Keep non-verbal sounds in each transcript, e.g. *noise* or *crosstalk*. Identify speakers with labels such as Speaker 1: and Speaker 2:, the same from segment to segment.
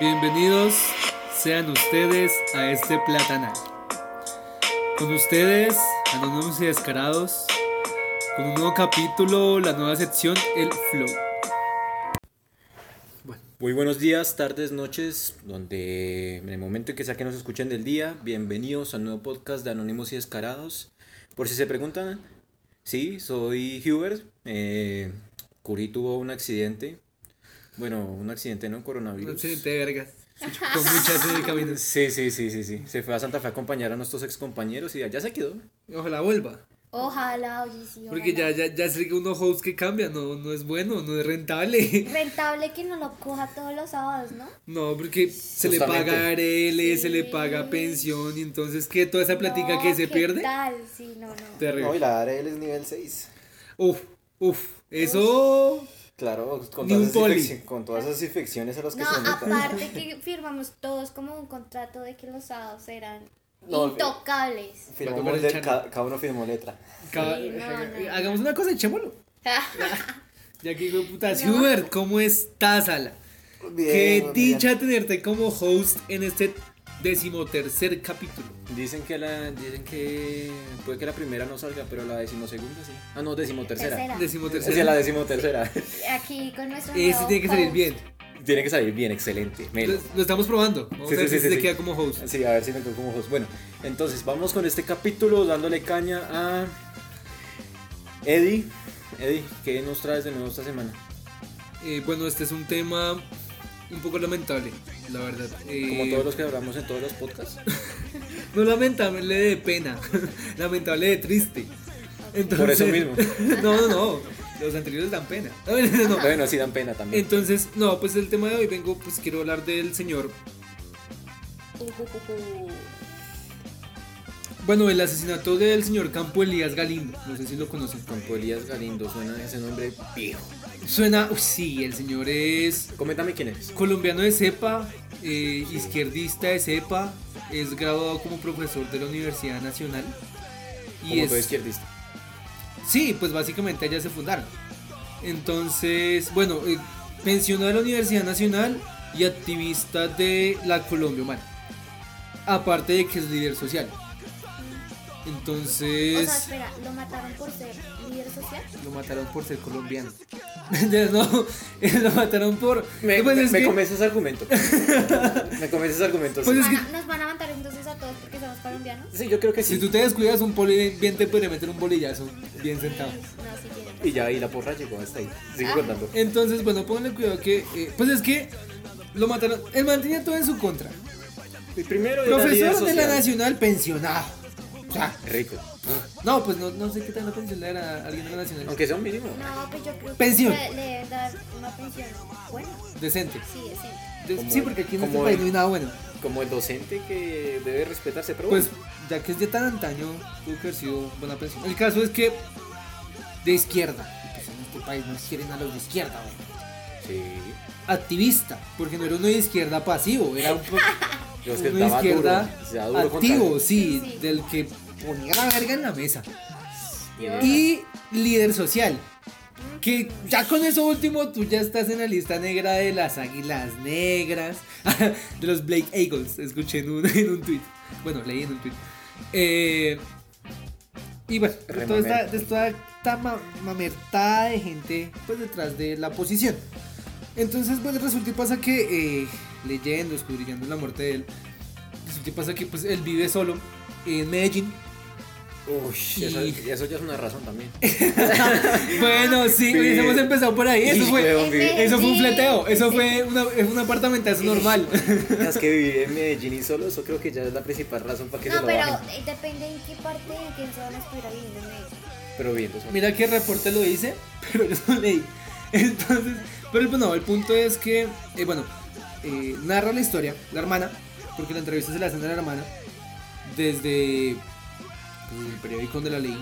Speaker 1: Bienvenidos sean ustedes a este platanal. Con ustedes, anónimos y descarados, con un nuevo capítulo, la nueva sección, el flow.
Speaker 2: Muy buenos días, tardes, noches, donde en el momento en que sea que nos escuchen del día, bienvenidos al nuevo podcast de Anónimos y Descarados. Por si se preguntan, sí, soy Hubert. Eh, Curi tuvo un accidente. Bueno, un accidente, ¿no?
Speaker 1: Un
Speaker 2: Coronavirus.
Speaker 1: accidente de vergas. Con muchas en el camino.
Speaker 2: Sí, sí, sí, sí, sí. Se fue a Santa Fe a acompañar a nuestros excompañeros y allá se quedó.
Speaker 1: Ojalá vuelva.
Speaker 3: Ojalá, oye, sí.
Speaker 1: Porque ya,
Speaker 3: ojalá.
Speaker 1: ya, ya sé que unos hosts que cambian no, no es bueno, no es rentable. *laughs*
Speaker 3: Rentable que no lo coja todos los sábados, ¿no?
Speaker 1: No, porque se le
Speaker 2: Justamente.
Speaker 1: paga ARL, se le
Speaker 3: Sí.
Speaker 1: paga pensión, y entonces, ¿qué? Toda esa plática
Speaker 3: No,
Speaker 1: que se
Speaker 3: ¿qué
Speaker 1: pierde.
Speaker 3: tal? Sí, no, no.
Speaker 1: Terrible.
Speaker 4: No, y la ARL es nivel 6.
Speaker 1: Uf, uf, eso.
Speaker 4: Claro, con
Speaker 1: Ni un
Speaker 4: todas, esas
Speaker 1: poli.
Speaker 4: infecci- con todas esas infecciones a las que
Speaker 3: No,
Speaker 4: se meten.
Speaker 3: aparte que firmamos todos como un contrato de que los sábados eran
Speaker 4: No,
Speaker 3: intocables. *laughs*
Speaker 1: Voy a
Speaker 4: Firmamos
Speaker 1: comer el
Speaker 4: le-
Speaker 1: chano.
Speaker 4: ca- cada uno firmó letra.
Speaker 1: Ca-
Speaker 3: Sí, no, no, no.
Speaker 1: Hagamos una cosa, echémoslo. Ya que digo, puta,
Speaker 3: No.
Speaker 1: Hubert, ¿cómo estás, Ala?
Speaker 4: Bien,
Speaker 1: Qué
Speaker 4: bien.
Speaker 1: dicha tenerte como host en este decimotercer capítulo.
Speaker 2: Dicen que la, dicen que puede que la primera no salga, pero la decimosegunda sí. Ah, no, decimotercera. Es
Speaker 3: Tercera.
Speaker 2: que
Speaker 1: Decimotercer.
Speaker 2: la decimotercera. *laughs*
Speaker 3: Aquí con nuestro
Speaker 1: Ese
Speaker 3: nuevo
Speaker 1: tiene que salir
Speaker 3: host.
Speaker 1: bien.
Speaker 2: Tiene que salir bien, excelente. Melo.
Speaker 1: Lo, lo estamos probando. Vamos
Speaker 2: Sí,
Speaker 1: a ver
Speaker 2: sí,
Speaker 1: si
Speaker 2: sí,
Speaker 1: se
Speaker 2: sí.
Speaker 1: queda como host.
Speaker 2: Sí, a ver si me quedo como host. Bueno, entonces vamos con este capítulo dándole caña a Eddie. Eddie, ¿qué nos traes de nuevo esta semana?
Speaker 1: Eh, bueno, este es un tema un poco lamentable, la verdad. Eh,
Speaker 2: Como todos los que hablamos en todos
Speaker 1: *laughs*
Speaker 2: los podcasts.
Speaker 1: No lamentable de pena, *laughs* lamentable de triste. Entonces,
Speaker 2: Por eso mismo.
Speaker 1: No, no, no. Los anteriores dan pena. *laughs* No, *laughs* no, no.
Speaker 2: Bueno, sí dan pena también.
Speaker 1: Entonces, no, pues el tema de hoy vengo, pues quiero hablar del señor.
Speaker 3: Uh,
Speaker 1: Bueno, el asesinato del señor Campo Elías Galindo. No sé si lo conocen.
Speaker 2: Campo Elías Galindo, suena ese nombre viejo.
Speaker 1: Suena, uy, sí, el señor es
Speaker 2: Coméntame quién eres.
Speaker 1: colombiano de cepa, eh, izquierdista de cepa, es graduado como profesor de la Universidad Nacional. Y
Speaker 2: Como todo
Speaker 1: es,
Speaker 2: izquierdista.
Speaker 1: Sí, pues básicamente allá se fundaron. Entonces, bueno, eh, pensionado de la Universidad Nacional y activista de la Colombia Humana. Aparte de que es líder social.
Speaker 3: O
Speaker 1: Entonces,
Speaker 3: sea, espera, lo mataron por ser líder social.
Speaker 1: lo mataron por ser colombiano. *laughs* no, *laughs* lo mataron por...
Speaker 2: Me,
Speaker 1: pues
Speaker 2: me,
Speaker 1: es que-
Speaker 2: convence ese
Speaker 1: *laughs*
Speaker 2: argumento. me convence ese argumento.
Speaker 1: Pues
Speaker 2: sí.
Speaker 1: es que-
Speaker 3: Van a- Nos van a matar entonces a todos porque somos colombianos.
Speaker 2: Sí, yo creo que
Speaker 1: si
Speaker 2: sí.
Speaker 1: tú te descuidas, un poli bien te puede meter un bolillazo bien sentado.
Speaker 3: No, si quieren.
Speaker 2: Y ya ahí la porra llegó hasta ahí. Sigue
Speaker 3: Ah.
Speaker 2: contando.
Speaker 1: Entonces, bueno, pónganle cuidado que... eh, pues es que lo mataron... Él mantenía todo en su contra.
Speaker 2: El primero era líder
Speaker 1: Profesor de la
Speaker 2: social.
Speaker 1: Nacional pensionado. O sea,
Speaker 2: Rico.
Speaker 1: no, pues no, no sé qué tan pensionado era alguien de la Nacional.
Speaker 2: Aunque sea un mínimo.
Speaker 3: No, pues yo creo
Speaker 1: Pensión.
Speaker 3: que le, le deben dar una pensión buena.
Speaker 1: Decente.
Speaker 3: Sí, sí.
Speaker 1: De-
Speaker 2: Como-
Speaker 1: sí, porque aquí en este
Speaker 2: como
Speaker 1: país
Speaker 2: el-
Speaker 1: no hay nada bueno.
Speaker 2: Como el docente que debe respetarse, pero
Speaker 1: Pues
Speaker 2: bueno,
Speaker 1: ya que es de tan antaño, tuvo que haber sido buena pensión. El caso es que de izquierda. y Pues en este país no quieren a los de izquierda, güey.
Speaker 2: sí.
Speaker 1: Activista, porque no era uno de izquierda pasivo, era un
Speaker 2: *laughs*
Speaker 1: pro-
Speaker 2: Los que
Speaker 1: uno de
Speaker 2: estaba
Speaker 1: izquierda
Speaker 2: duro, o sea, duro contra-
Speaker 1: activo, sí,
Speaker 3: Sí.
Speaker 1: del que ponía la verga en la mesa.
Speaker 2: Y
Speaker 1: y líder social. Que ya con eso último tú ya estás en la lista negra de las águilas negras, *laughs* de los Blake Eagles, escuché en un, *laughs* en un tweet. Bueno, leí en un tweet. Eh, y bueno, de toda esta, de toda esta ma- mamertada de gente pues detrás de la posición. Entonces, bueno, resulta y pasa que eh, leyendo, escudriñando la muerte de él, resulta y pasa que pues él vive solo en Medellín.
Speaker 2: Uy, eso,
Speaker 1: y-
Speaker 2: eso ya es una razón también.
Speaker 1: *laughs* Bueno, sí, hubiésemos empezado por ahí. Eso
Speaker 2: Y,
Speaker 1: fue,
Speaker 2: weón, viví-
Speaker 1: Eso fue un
Speaker 3: Sí,
Speaker 1: fleteo, eso
Speaker 3: sí.
Speaker 1: fue una, es un apartamentazo normal. *laughs*
Speaker 2: Las que vivir en Medellín y solo, eso creo que ya es la principal razón para que se
Speaker 3: No,
Speaker 2: lo
Speaker 3: pero
Speaker 2: bajen.
Speaker 3: eh, depende en qué parte y en qué zona estuviera viviendo en Medellín.
Speaker 2: Pero bien, pues, entonces,
Speaker 1: Mira que el reporte lo hice, *laughs* pero yo no leí. Entonces, pero bueno, el punto es que, eh, bueno, eh, narra la historia, la hermana, porque la entrevista se la hacen a la hermana, desde pues, el periódico donde la leí.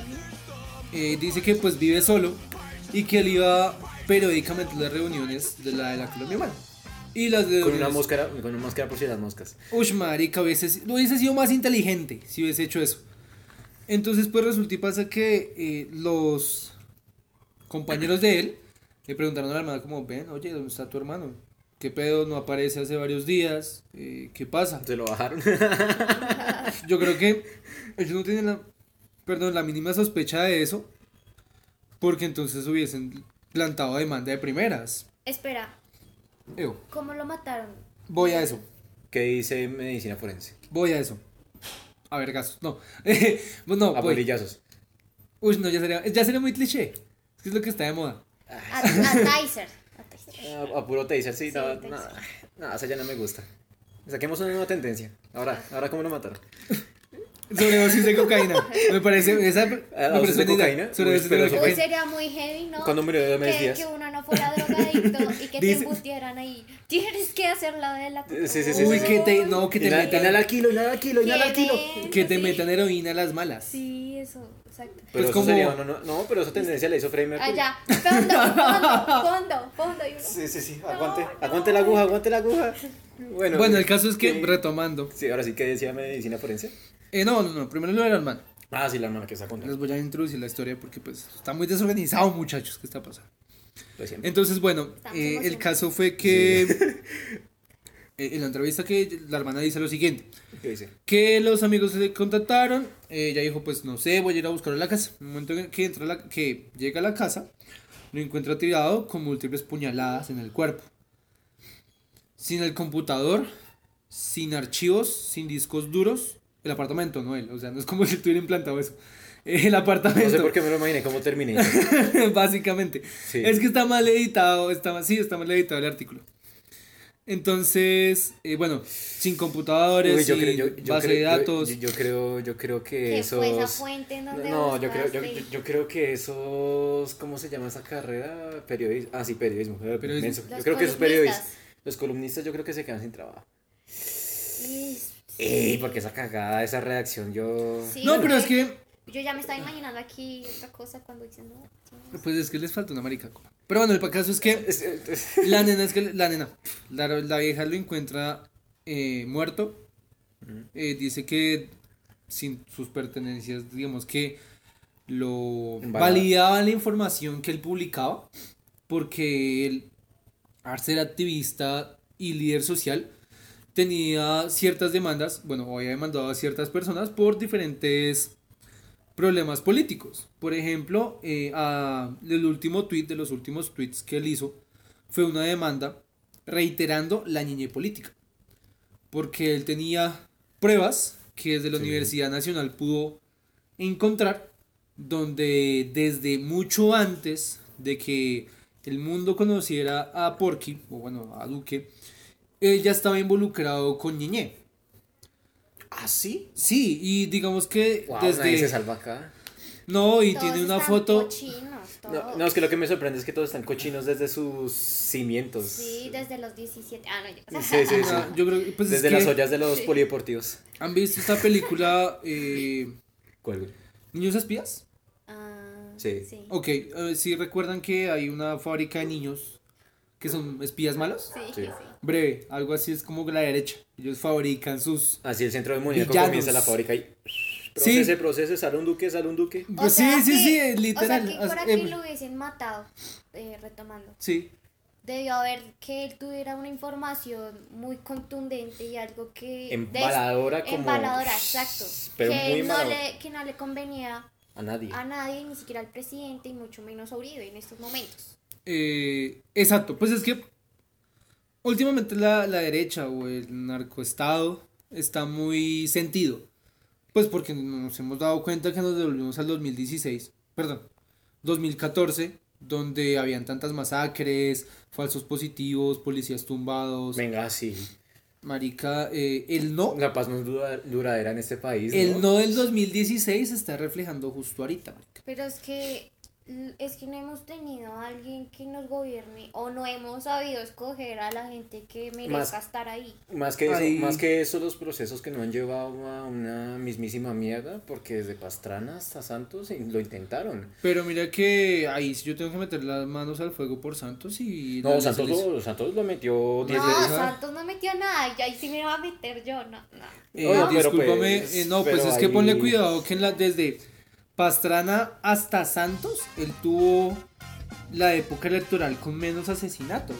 Speaker 1: Eh, dice que pues vive solo y que él iba periódicamente a las reuniones de la de la Colombia Humana. Y las de
Speaker 2: con una
Speaker 1: reuniones-
Speaker 2: máscara, con una máscara por si las moscas.
Speaker 1: Uy, marica, hubiese, lo hubiese sido más inteligente si hubiese hecho eso. Entonces, pues resulta y pasa que eh, los compañeros de él le preguntaron a la hermana como, ven, oye, ¿dónde está tu hermano? ¿Qué pedo? No aparece hace varios días. eh, ¿Qué pasa?
Speaker 2: Se lo bajaron. *laughs*
Speaker 1: Yo creo que ellos no tienen la, perdón, la mínima sospecha de eso, porque entonces hubiesen plantado demanda de primeras.
Speaker 3: Espera,
Speaker 1: Ew,
Speaker 3: ¿cómo lo mataron?
Speaker 1: voy a eso,
Speaker 2: ¿Qué dice medicina forense?
Speaker 1: voy a eso. A ver, gasos, no. *laughs* Eh, no,
Speaker 2: A
Speaker 1: voy.
Speaker 2: bolillazos.
Speaker 1: Uy, no, ya sería, ya sería muy cliché. Es que es lo que está de moda.
Speaker 2: Ah,
Speaker 3: A, a Tyser. A Tyser.
Speaker 2: A, a puro taser, sí.
Speaker 3: Sí,
Speaker 2: no,
Speaker 3: taser.
Speaker 2: no, no, esa ya no me gusta. Saquemos una nueva tendencia. Ahora, ahora ¿cómo lo mataron?
Speaker 1: Sobredosis de cocaína.
Speaker 3: *laughs*
Speaker 1: Me parece, esa, me
Speaker 2: ¿dosis
Speaker 1: parece
Speaker 2: Ah, de
Speaker 1: una idea.
Speaker 2: cocaína? Uy,
Speaker 1: Sobredosis
Speaker 2: pero
Speaker 1: de
Speaker 2: eso
Speaker 3: Uy,
Speaker 1: cocaína.
Speaker 3: sería muy heavy, ¿no?
Speaker 2: Cuando murió de Diomedes
Speaker 3: que,
Speaker 2: Díaz.
Speaker 3: que uno no fuera
Speaker 2: *laughs*
Speaker 3: drogadicto y que te
Speaker 1: Dice-
Speaker 3: embustieran ahí. Tienes que hacer la de la
Speaker 2: Sí, sí, sí, sí,
Speaker 1: Uy,
Speaker 2: sí.
Speaker 1: que te, no, que te
Speaker 2: Inhala, inhala
Speaker 1: metan,
Speaker 2: kilo, inhala kilo, inhala kilo.
Speaker 3: Tienen,
Speaker 1: que te
Speaker 3: sí.
Speaker 1: metan heroína a las malas.
Speaker 3: Sí, eso, exacto.
Speaker 2: Pero
Speaker 1: Pues
Speaker 2: eso
Speaker 1: como-
Speaker 2: sería- no, no, no, pero pues esa tendencia la hizo Freddie Mercury. *laughs*
Speaker 3: Allá, fondo, fondo, fondo, fondo. Y uno,
Speaker 4: Sí, sí, sí, aguante.
Speaker 2: Aguante la aguja, aguante la aguja. Bueno,
Speaker 1: Bueno, el caso es que,
Speaker 2: ¿qué?
Speaker 1: retomando.
Speaker 2: Sí, ahora sí que decía medicina forense.
Speaker 1: Eh, no, no, no, primero lo del hermano.
Speaker 2: Ah, sí, la hermana que está contando.
Speaker 1: Les voy a introducir la historia porque pues está muy desorganizado, muchachos, ¿qué está pasando?
Speaker 2: Lo siento.
Speaker 1: Entonces, bueno,
Speaker 3: Estamos
Speaker 1: eh, el
Speaker 3: emocionados.
Speaker 1: caso fue que *laughs* eh, en la entrevista que la hermana dice lo siguiente,
Speaker 2: ¿Qué dice?
Speaker 1: que los amigos le contactaron, eh, ella dijo, pues no sé, voy a ir a buscarlo a la casa. En el momento en que entra a la, que llega a la casa, lo encuentra tirado con múltiples puñaladas en el cuerpo. Sin el computador, sin archivos, sin discos duros, el apartamento, no él, o sea, no es como *laughs* si tuviera implantado eso. El apartamento.
Speaker 2: No sé por qué me lo imaginé, cómo
Speaker 1: *laughs*
Speaker 2: terminé.
Speaker 1: Básicamente.
Speaker 2: Sí.
Speaker 1: Es que está mal editado, está mal, sí, está mal editado el artículo. Entonces, eh, bueno, sin computadores,
Speaker 2: Uy, yo
Speaker 1: sin
Speaker 2: creo- yo- yo
Speaker 1: base
Speaker 2: creo-
Speaker 1: de
Speaker 2: yo-
Speaker 1: datos.
Speaker 2: Yo, yo creo, yo creo que
Speaker 3: que
Speaker 2: esos.
Speaker 3: fue esa fuente en donde
Speaker 2: no, yo creo, yo,
Speaker 3: buscaste
Speaker 2: yo- yo creo que esos. ¿Cómo se llama esa carrera? Periodismo. Ah, sí, periodismo. era
Speaker 1: Periodismo.
Speaker 2: menso. Yo
Speaker 3: Los
Speaker 2: creo que esos
Speaker 3: columnistas.
Speaker 2: periodistas. Los columnistas, yo creo que se quedan sin trabajo.
Speaker 3: y-
Speaker 2: Ey, porque esa cagada, esa redacción, yo.
Speaker 3: sí,
Speaker 1: no,
Speaker 3: porque
Speaker 1: pero es que,
Speaker 3: Yo ya me estaba imaginando aquí otra cosa cuando dicen, no, tienes-
Speaker 1: pues es que les falta una marica. como. Pero bueno, el caso es que
Speaker 2: Es- eh, es-
Speaker 1: la nena es que la nena, la, la vieja lo encuentra eh, muerto. Eh, dice que sin sus pertenencias, digamos que lo
Speaker 2: Embargada.
Speaker 1: validaba la información que él publicaba, porque él, al ser activista y líder social, tenía ciertas demandas, bueno, había demandado a ciertas personas por diferentes problemas políticos. Por ejemplo, eh, a- el último tweet de los últimos tweets que él hizo fue una demanda reiterando la niñez política, porque él tenía pruebas que desde la
Speaker 2: Sí.
Speaker 1: Universidad Nacional pudo encontrar donde desde mucho antes de que el mundo conociera a Porky, o bueno, a Duque, él ya estaba involucrado con Ñeñé.
Speaker 2: ¿Ah, sí?
Speaker 1: Sí, y digamos que
Speaker 2: Wow, nadie se
Speaker 1: desde...
Speaker 2: salva acá.
Speaker 1: No, y
Speaker 3: todos
Speaker 1: tiene una
Speaker 3: están
Speaker 1: foto...
Speaker 3: cochinos,
Speaker 2: No,
Speaker 3: todos.
Speaker 2: no, es que lo que me sorprende es que todos están cochinos desde sus cimientos.
Speaker 3: Sí, desde los 17. Ah, no, yo.
Speaker 2: Sí, sí, sí.
Speaker 1: Ah, Yo creo que, pues es
Speaker 2: Desde
Speaker 1: que
Speaker 2: las ollas de los polideportivos.
Speaker 1: ¿Han visto esta película eh,
Speaker 2: ¿Cuál?
Speaker 1: Niños Espías?
Speaker 3: Ah,
Speaker 2: Sí.
Speaker 3: Sí.
Speaker 1: Ok, eh, si recuerdan que hay una fábrica de niños que son espías malos.
Speaker 3: Sí,
Speaker 2: Sí.
Speaker 3: sí.
Speaker 1: Breve, algo así es como la derecha. Ellos fabrican sus...
Speaker 2: Así el centro demoníaco
Speaker 1: Villanos.
Speaker 2: comienza la fábrica y.
Speaker 1: Sí.
Speaker 2: Procese, procese, sale un duque, sale un duque.
Speaker 3: O
Speaker 1: Pues
Speaker 3: sea
Speaker 1: sí, sí,
Speaker 3: que-
Speaker 1: sí, es literal.
Speaker 3: O sea, que por
Speaker 1: as-
Speaker 3: aquí
Speaker 1: em,
Speaker 3: lo hubiesen matado, eh, retomando.
Speaker 1: Sí,
Speaker 3: Debió haber que él tuviera una información muy contundente y algo que...
Speaker 2: Embaladora
Speaker 3: des-
Speaker 2: como-
Speaker 3: Embaladora, exacto.
Speaker 2: Pero
Speaker 3: que,
Speaker 2: muy
Speaker 3: no
Speaker 2: embaladora.
Speaker 3: le, que no le convenía
Speaker 2: A nadie.
Speaker 3: a nadie, ni siquiera al presidente y mucho menos a Uribe en estos momentos.
Speaker 1: eh, exacto. Pues es que últimamente la, la derecha o el narcoestado está muy sentido. Pues porque nos hemos dado cuenta que nos devolvimos al 2016, perdón, 2014, donde habían tantas masacres, falsos positivos, policías tumbados.
Speaker 2: Venga, sí.
Speaker 1: Marica, eh, el no,
Speaker 2: La paz no es dura- duradera en este país.
Speaker 1: el no del 2016 se está reflejando justo ahorita, marica.
Speaker 3: Pero es que mm, es que no hemos tenido a alguien que nos gobierne o no hemos sabido escoger a la gente que merezca
Speaker 2: Más-
Speaker 3: estar ahí.
Speaker 2: Más que, eso,
Speaker 1: Ay.
Speaker 2: más que eso, los procesos que no han llevado a una mismísima mierda, porque desde Pastrana hasta Santos eh, lo intentaron.
Speaker 1: Pero mira que ahí sí yo tengo que meter las manos al fuego por Santos y...
Speaker 2: No, Santos lo, Santos lo metió 10
Speaker 3: No,
Speaker 2: veces.
Speaker 3: Santos no metió nada y ahí sí me va a meter yo, no, no.
Speaker 1: Eh,
Speaker 2: Oye, pero
Speaker 1: discúlpame,
Speaker 2: pues,
Speaker 1: eh, no, pues
Speaker 2: pero
Speaker 1: es que ponle
Speaker 2: ahí-
Speaker 1: cuidado que en la, desde Pastrana hasta Santos, él tuvo la época electoral con menos asesinatos.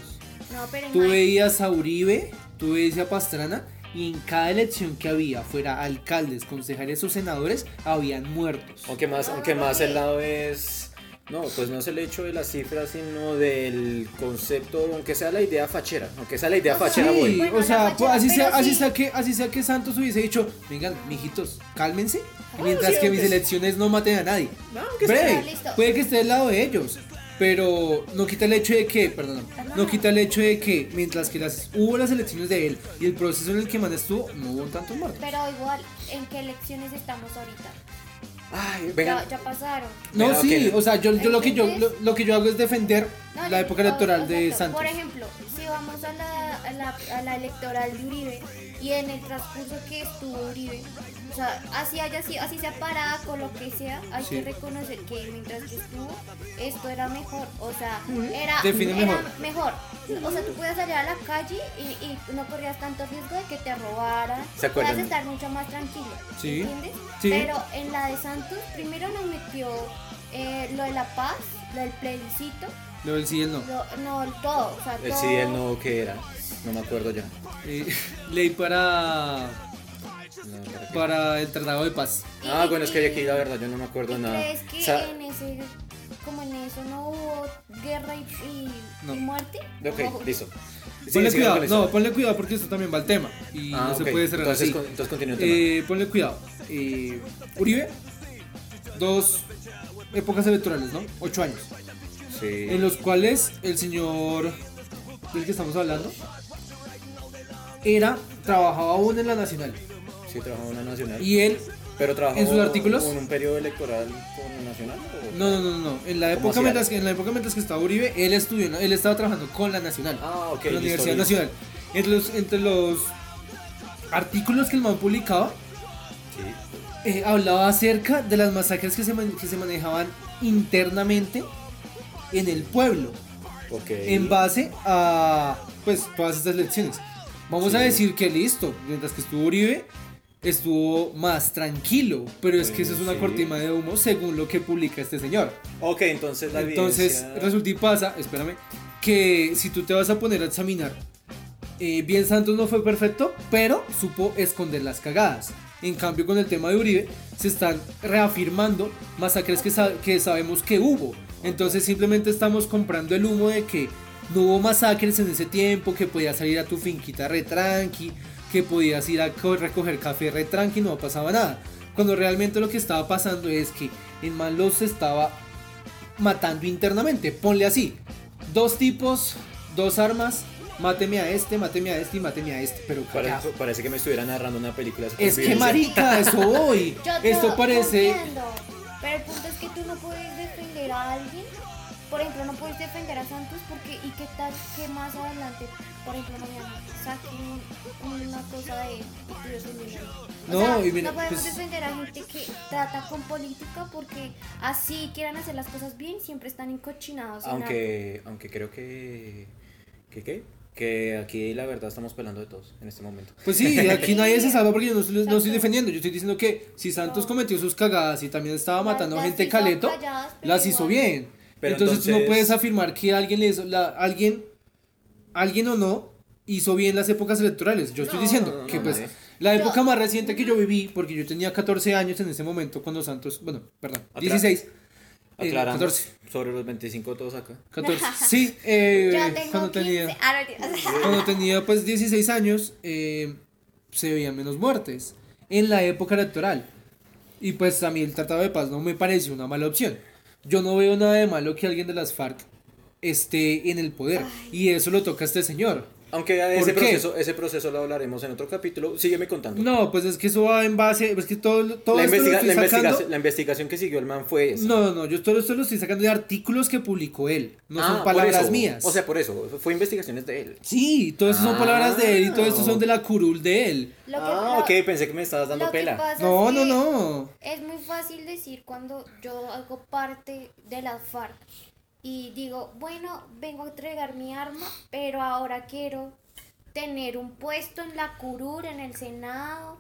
Speaker 3: No, pero
Speaker 1: Tú
Speaker 3: imagínate.
Speaker 1: veías a Uribe, tú veías a Pastrana, y en cada elección que había, fuera alcaldes, concejales o senadores, habían muertos.
Speaker 2: Aunque más, aunque más el lado es. No, pues no es el hecho de las cifras, sino del concepto, aunque sea la idea fachera, aunque sea la idea
Speaker 3: O sea,
Speaker 2: fachera,
Speaker 1: Sí,
Speaker 2: güey.
Speaker 3: Bueno,
Speaker 1: o sea,
Speaker 3: la
Speaker 1: pues, así,
Speaker 3: fachada,
Speaker 1: sea,
Speaker 3: pero
Speaker 1: así,
Speaker 3: sí.
Speaker 1: sea que, así sea que Santos hubiese dicho, vengan, mijitos, cálmense, mientras
Speaker 2: sí,
Speaker 1: que
Speaker 2: aunque
Speaker 1: mis
Speaker 2: sí.
Speaker 1: elecciones no maten a nadie.
Speaker 2: No, aunque sea-
Speaker 1: Breve,
Speaker 3: Ah, listo.
Speaker 1: puede que esté del lado de ellos, pero no quita el hecho de que, perdón, no quita el hecho de que mientras que las, hubo las elecciones de él y el proceso en el que man estuvo, no hubo tantos muertos.
Speaker 3: Pero igual, ¿en qué elecciones estamos ahorita?
Speaker 2: Ay, venga.
Speaker 3: Ya, ya pasaron.
Speaker 1: No,
Speaker 2: Pero,
Speaker 1: sí,
Speaker 2: ok.
Speaker 1: o sea, yo, yo lo que yo lo,
Speaker 3: Entonces-
Speaker 1: lo que yo hago es defender
Speaker 3: No,
Speaker 1: la
Speaker 3: yo-
Speaker 1: época
Speaker 3: o-
Speaker 1: electoral
Speaker 3: o
Speaker 1: de
Speaker 3: sea,
Speaker 1: Santos.
Speaker 3: Por ejemplo, si vamos a la, a, la, a la electoral de Uribe y en el transcurso que estuvo Uribe, o sea, así haya sido, así sea parada con lo que sea, hay
Speaker 1: Sí.
Speaker 3: que reconocer que mientras que estuvo, esto era mejor, o sea, era,
Speaker 1: Define
Speaker 3: era
Speaker 1: mejor.
Speaker 3: mejor. O sea, tú podías salir a la calle y, y no corrías tanto riesgo de que te robaran,
Speaker 2: ¿Se acuerdan?
Speaker 3: podías estar mucho más tranquilo,
Speaker 1: Sí.
Speaker 3: ¿entiendes?
Speaker 1: Sí.
Speaker 3: Pero en la de Santos, primero nos metió eh, lo de la paz, lo del plebiscito,
Speaker 1: Lo del sí y el no.
Speaker 3: lo- no, el todo, o sea,
Speaker 2: El
Speaker 3: todo.
Speaker 2: Eh, sí, el no, ¿qué era? No me acuerdo ya.
Speaker 1: Eh, *laughs* ley para,
Speaker 2: No, ¿para qué?
Speaker 1: para el Tratado de Paz.
Speaker 2: Ah, bueno, es que aquí la verdad yo no me acuerdo
Speaker 3: ¿Y
Speaker 2: nada.
Speaker 3: ¿Crees que
Speaker 2: O sea,
Speaker 3: en ese, como en eso no hubo guerra y, y-
Speaker 1: No.
Speaker 3: y muerte? No.
Speaker 2: ok, listo. Sí,
Speaker 1: ponle
Speaker 2: sigamos
Speaker 1: cuidado,
Speaker 2: con eso.
Speaker 1: no, ponle cuidado porque esto también va al tema y
Speaker 2: Ah,
Speaker 1: no
Speaker 2: ok.
Speaker 1: se puede cerrar
Speaker 2: entonces,
Speaker 1: así.
Speaker 2: con- entonces continúa el tema.
Speaker 1: Eh, ponle cuidado. Eh, Uribe, dos épocas electorales, ¿no? Ocho años.
Speaker 2: sí.
Speaker 1: En los cuales el señor del que estamos hablando era, trabajaba aún en la nacional.
Speaker 2: Sí, trabajó en la Nacional.
Speaker 1: Y él,
Speaker 2: pero trabajó
Speaker 1: en sus artículos?
Speaker 2: en un periodo electoral con la Nacional. ¿o?
Speaker 1: no, no, no, no. En la
Speaker 2: ¿Cómo
Speaker 1: época
Speaker 2: hacía?
Speaker 1: mientras que, en la época mientras que estaba Uribe, él estudió, en la- él estaba trabajando con la nacional.
Speaker 2: Ah, ok.
Speaker 1: en la
Speaker 2: listo,
Speaker 1: Universidad
Speaker 2: listo.
Speaker 1: Nacional. Entre los, entre los artículos que el man publicaba,
Speaker 2: Sí.
Speaker 1: eh, hablaba acerca de las masacres que se, man- que se manejaban internamente en el pueblo,
Speaker 2: Ok.
Speaker 1: en base a pues todas estas lecciones. Vamos a
Speaker 2: Sí.
Speaker 1: decir que listo, mientras que estuvo Uribe, estuvo más tranquilo, pero es que eso es una
Speaker 2: Sí.
Speaker 1: cortina de humo según lo que publica este señor.
Speaker 2: Ok, entonces la
Speaker 1: Entonces,
Speaker 2: evidencia-
Speaker 1: resulta y pasa, espérame, que si tú te vas a poner a examinar, eh, bien Santos no fue perfecto, pero supo esconder las cagadas. En cambio, con el tema de Uribe, se están reafirmando masacres que, sa- que sabemos que hubo. Entonces, simplemente estamos comprando el humo de que no hubo masacres en ese tiempo, que podías salir a tu finquita retranqui, que podías ir a co- recoger café retranqui, no pasaba nada. Cuando realmente lo que estaba pasando es que en Malos se estaba matando internamente. Ponle así: dos tipos, dos armas. Máteme a este, máteme a este y máteme a este. Pero
Speaker 2: Pare-
Speaker 1: carajo.
Speaker 2: parece que me estuviera narrando una película. de
Speaker 1: Es que
Speaker 2: supervivencia.
Speaker 1: marica, eso voy.
Speaker 3: Yo te
Speaker 1: Esto parece.
Speaker 3: entiendo, pero el punto es que tú no puedes defender a alguien. Por ejemplo, no puedes defender a Santos porque, ¿y qué tal que más adelante, por ejemplo, mañana saquen una cosa de él y tú defenderlo? O
Speaker 1: No,
Speaker 3: sea,
Speaker 1: y mira,
Speaker 3: no podemos
Speaker 1: pues-
Speaker 3: defender a gente que trata con política porque así quieran hacer las cosas bien, siempre están encochinados. en algo.
Speaker 2: Aunque, aunque creo que. ¿Que qué? Que aquí la verdad estamos pelando de todos en este momento.
Speaker 1: Pues sí, aquí nadie se salva porque yo no estoy, no estoy defendiendo. Yo estoy diciendo que si Santos cometió sus cagadas y también estaba matando a
Speaker 3: Las
Speaker 1: gente
Speaker 3: hizo
Speaker 1: caleto,
Speaker 3: calladas, pero
Speaker 1: las hizo
Speaker 3: igual.
Speaker 1: bien.
Speaker 2: Pero
Speaker 1: entonces, tú no
Speaker 2: entonces-
Speaker 1: puedes afirmar que alguien le hizo. la- alguien, alguien o no hizo bien las épocas electorales. Yo estoy
Speaker 3: No,
Speaker 1: diciendo
Speaker 2: no, no,
Speaker 1: que
Speaker 2: no,
Speaker 1: pues.
Speaker 2: nadie.
Speaker 1: La
Speaker 3: Yo-
Speaker 1: época más reciente que yo viví, porque yo tenía 14 años en ese momento cuando Santos, bueno, perdón,
Speaker 2: Aclara-
Speaker 1: 16, eh,
Speaker 2: Aclaramos
Speaker 1: 14,
Speaker 2: sobre los 25 todos acá.
Speaker 1: 14, sí, eh,
Speaker 3: *laughs* Yo tengo
Speaker 1: cuando
Speaker 3: 15,
Speaker 1: tenía
Speaker 3: ah, no, mentiras.
Speaker 1: cuando tenía pues 16 años eh, se veían menos muertes en la época electoral. Y pues a mí el Tratado de Paz no me parece una mala opción. Yo no veo nada de malo que alguien de las FARC esté en el poder. Y eso lo toca a este señor.
Speaker 2: Aunque a
Speaker 1: ¿Por
Speaker 2: ese
Speaker 1: qué?
Speaker 2: proceso, ese proceso lo hablaremos en otro capítulo. Sígueme contando.
Speaker 1: No, pues es que eso va en base... Es que todo, todo
Speaker 2: la,
Speaker 1: esto lo
Speaker 2: investiga-
Speaker 1: estoy
Speaker 2: la,
Speaker 1: sacando-
Speaker 2: investigación, la investigación que siguió el man fue esa.
Speaker 1: No, no, yo todo esto lo estoy sacando de artículos que publicó él. No
Speaker 2: Ah,
Speaker 1: son
Speaker 2: por
Speaker 1: palabras
Speaker 2: eso.
Speaker 1: mías.
Speaker 2: O sea, por eso. Fue investigaciones de él.
Speaker 1: sí, todo eso son
Speaker 2: Ah.
Speaker 1: palabras de él y todo esto son de la curul de él.
Speaker 3: *laughs* Lo que-
Speaker 2: ah,
Speaker 3: lo-
Speaker 2: ok, pensé que me estabas dando
Speaker 3: lo que
Speaker 2: pela.
Speaker 3: pasa
Speaker 1: No,
Speaker 3: es
Speaker 1: no,
Speaker 3: que-
Speaker 1: no.
Speaker 3: Es muy fácil decir cuando yo hago parte de las FARC y digo, bueno, vengo a entregar mi arma, pero ahora quiero tener un puesto en la curur, en el Senado,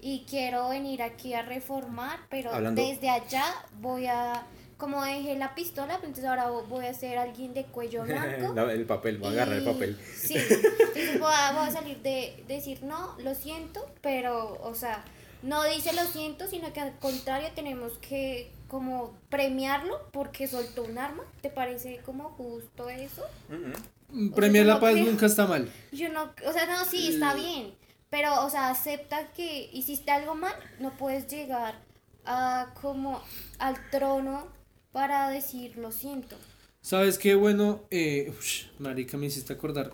Speaker 3: y quiero venir aquí a reformar, pero
Speaker 2: Hablando-
Speaker 3: desde allá voy a como dejé la pistola, pues entonces ahora vo- voy a ser alguien
Speaker 2: *laughs*
Speaker 3: de cuello blanco.
Speaker 2: La- el papel, va a agarrar el
Speaker 3: y-
Speaker 2: papel.
Speaker 1: *laughs*
Speaker 3: Sí, entonces voy a, voy a salir de decir no, lo siento, pero, o sea, no dice lo siento, sino que al contrario tenemos que como premiarlo porque soltó un arma. ¿Te parece como justo eso?
Speaker 2: Mm, mm.
Speaker 1: Mm, Premiar la
Speaker 3: no
Speaker 1: paz
Speaker 3: creo.
Speaker 1: nunca está mal.
Speaker 3: Yo no, o sea, no, sí, está
Speaker 1: Mm.
Speaker 3: bien, pero, o sea, acepta que hiciste algo mal, no puedes llegar a como al trono para decir lo siento.
Speaker 1: ¿Sabes qué? Bueno, eh, ush, marica, me hiciste acordar.